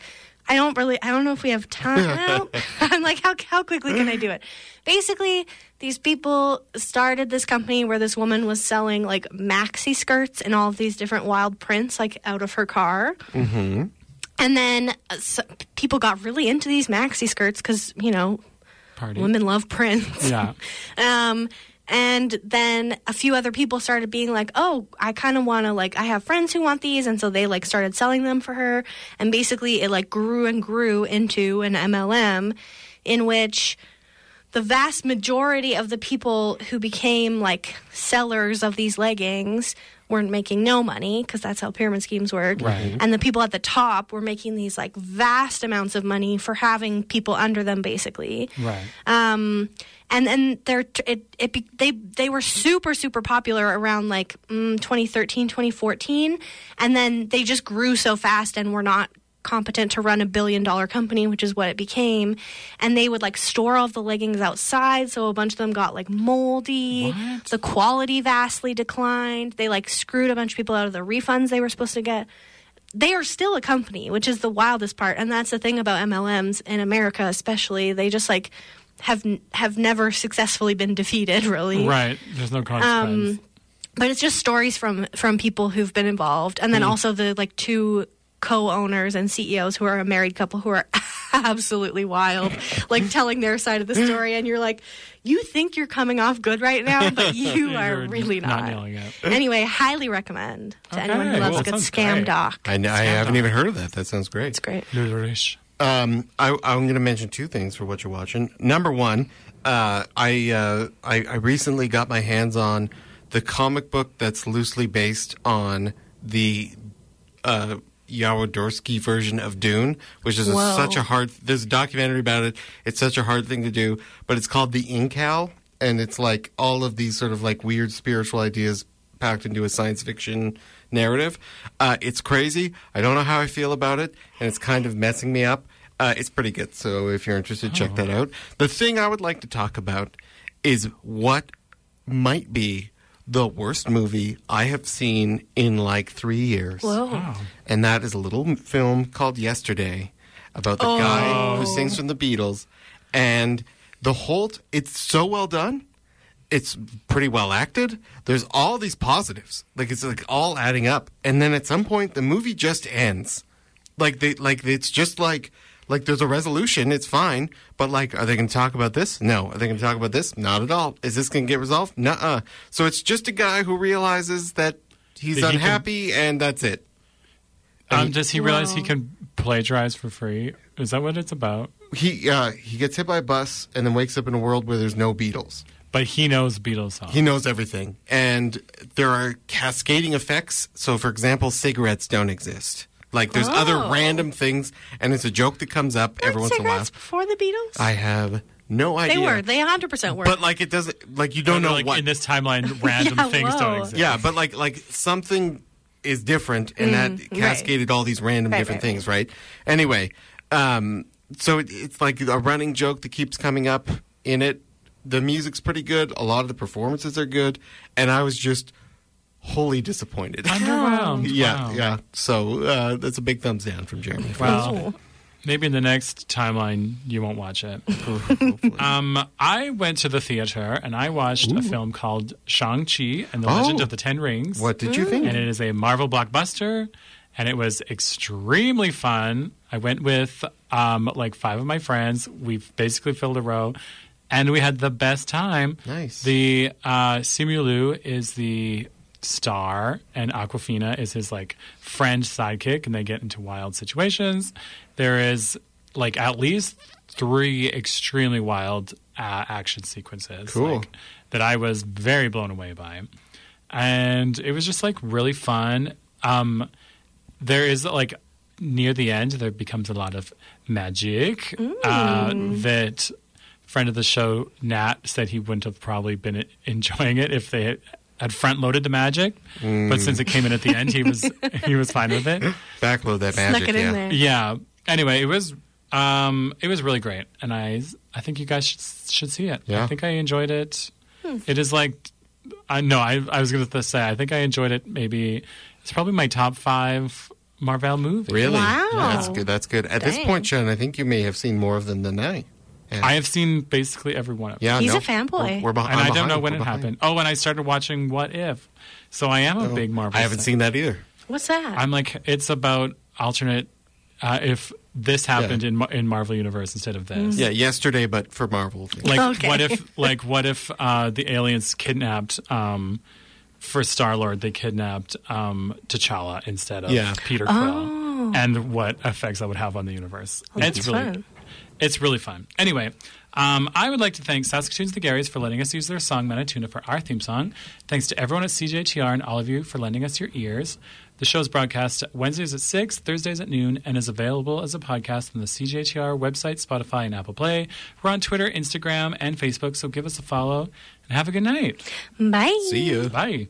I don't really. I don't know if we have time. I don't- I'm like, how how quickly can I do it? Basically, these people started this company where this woman was selling like maxi skirts and all of these different wild prints, like out of her car. Mm-hmm. And then uh, so, people got really into these maxi skirts because you know Mm. party. women love prints. Yeah. Um, and then a few other people started being like, "Oh, I kind of want to like I have friends who want these," and so they like started selling them for her, and basically it like grew and grew into an MLM, in which the vast majority of the people who became like sellers of these leggings weren't making no money because that's how pyramid schemes work Right. and the people at the top were making these like vast amounts of money for having people under them basically Right. um, and and they're it, it be, they they were super super popular around like mm, 2013 2014 and then they just grew so fast and were not competent to run a billion dollar company which is what it became and they would like store all of the leggings outside so a bunch of them got like moldy What? the quality vastly declined they like screwed a bunch of people out of the refunds they were supposed to get they are still a company, which is the wildest part. And that's the thing about MLMs in America, especially. They just like have n- have never successfully been defeated, really. Right. There's no consequence. um, But it's just stories from from people who've been involved, and then Mm. also the like two co-owners and CEOs who are a married couple who are absolutely wild, like telling their side of the story. And you're like, you think you're coming off good right now, but you are You're really not not. nailing it. Anyway, highly recommend to anyone who Okay, loves cool. a good Sounds scam great. doc. I, I haven't even heard of that. That sounds great. It's great. Lulerish. Um, I, I'm going to mention two things for what you're watching. Number one, uh, I, uh, I I recently got my hands on the comic book that's loosely based on the uh, Yawodorsky version of Dune, which is a, Whoa. such a hard. There's a documentary about it. It's such a hard thing to do, but it's called The Incal, and it's like all of these sort of like weird spiritual ideas packed into a science fiction narrative. Uh, it's crazy. I don't know how I feel about it, and it's kind of messing me up. Uh, it's pretty good. So if you're interested, check that out. The thing I would like to talk about is what might be the worst movie I have seen in like three years. Wow. And that is a little m- film called Yesterday about the guy Oh. who sings from the Beatles. And the whole, t- it's so well done. It's pretty well acted. There's all these positives. Like it's like all adding up. And then at some point the movie just ends. Like they like it's just like like there's a resolution, it's fine, but like are they going to talk about this? No. Are they going to talk about this? Not at all. Is this going to get resolved? Nuh-uh. So it's just a guy who realizes that he's That he can- unhappy and that's it. Um, does he realize he can plagiarize for free? Is that what it's about? he uh, he gets hit by a bus and then wakes up in a world where there's no Beatles. But he knows Beatles songs. He knows everything, and there are cascading effects. So, for example, cigarettes don't exist. Like there's Oh. other random things, and it's a joke that comes up every once in a while. cigarettes before the Beatles? I have no they idea. were. They 100% were. but like it doesn't. Like you Or don't they're know like, what. in this timeline, random Yeah, things don't whoa. exist. yeah, but like like something is different, and that cascaded all these random Mm, Right, different right, right. things, right? Anyway, um, so it, it's like a running joke that keeps coming up in it. The music's pretty good. A lot of the performances are good, and I was just wholly disappointed. Underwhelmed. yeah, Wow. yeah. So uh, that's a big thumbs down from Jeremy. Well, maybe in the next timeline you won't watch it. Hopefully. Um, I went to the theater and I watched a film called Shang Chi and the Legend Oh. of the Ten Rings. what did you think? and it is a Marvel blockbuster, and it was extremely fun. I went with um, like five of my friends. We basically filled a row, and we had the best time. Nice. The uh, Simu Liu is the star, and Aquafina is his like friend sidekick, and they get into wild situations. There is like at least three extremely wild uh, action sequences. Cool. like, that I was very blown away by. And it was just like really fun. Um, there is like near the end, there becomes a lot of magic uh, that friend of the show Nat said he wouldn't have probably been enjoying it if they had, had front loaded the magic. But since it came in at the end, he was he was fine with it. Backload that magic. Snuck it in yeah. there. Yeah. Anyway, it was um, it was really great, and I I think you guys should, should see it. Yeah. I think I enjoyed it. It is like I no, I I was going to say I think I enjoyed it. Maybe it's probably my top five Marvel movie. Really? Wow. that's good. That's good. At this Dang. point, Sean, I think you may have seen more of them than I. have. I have seen basically every one of them. Yeah, He's no, a fanboy. We're, we're beh- And I'm I don't behind. know when We're it behind. Oh, happened. Oh, and I started watching What If. So I am a big Marvel. I haven't fan. seen that either. What's that? I'm like it's about alternate uh, if this happened Yeah. in in in Marvel universe instead of this. Yeah, yesterday, but for Marvel. thing. Like Okay. what if like what if uh, the aliens kidnapped um, for Star Lord they kidnapped um, T'Challa instead of Yeah. Peter Quill and what effects that would have on the universe. it's that's really fun. it's really fun. Anyway, um, I would like to thank Saskatoon's The Garys for letting us use their song Manitouna for our theme song. Thanks to everyone at CJTR and all of you for lending us your ears. The show is broadcast Wednesdays at 6, Thursdays at noon, and is available as a podcast on the CJTR website, Spotify, and Apple Play. We're on Twitter, Instagram, and Facebook, so give us a follow and have a good night. Bye. See you. Bye.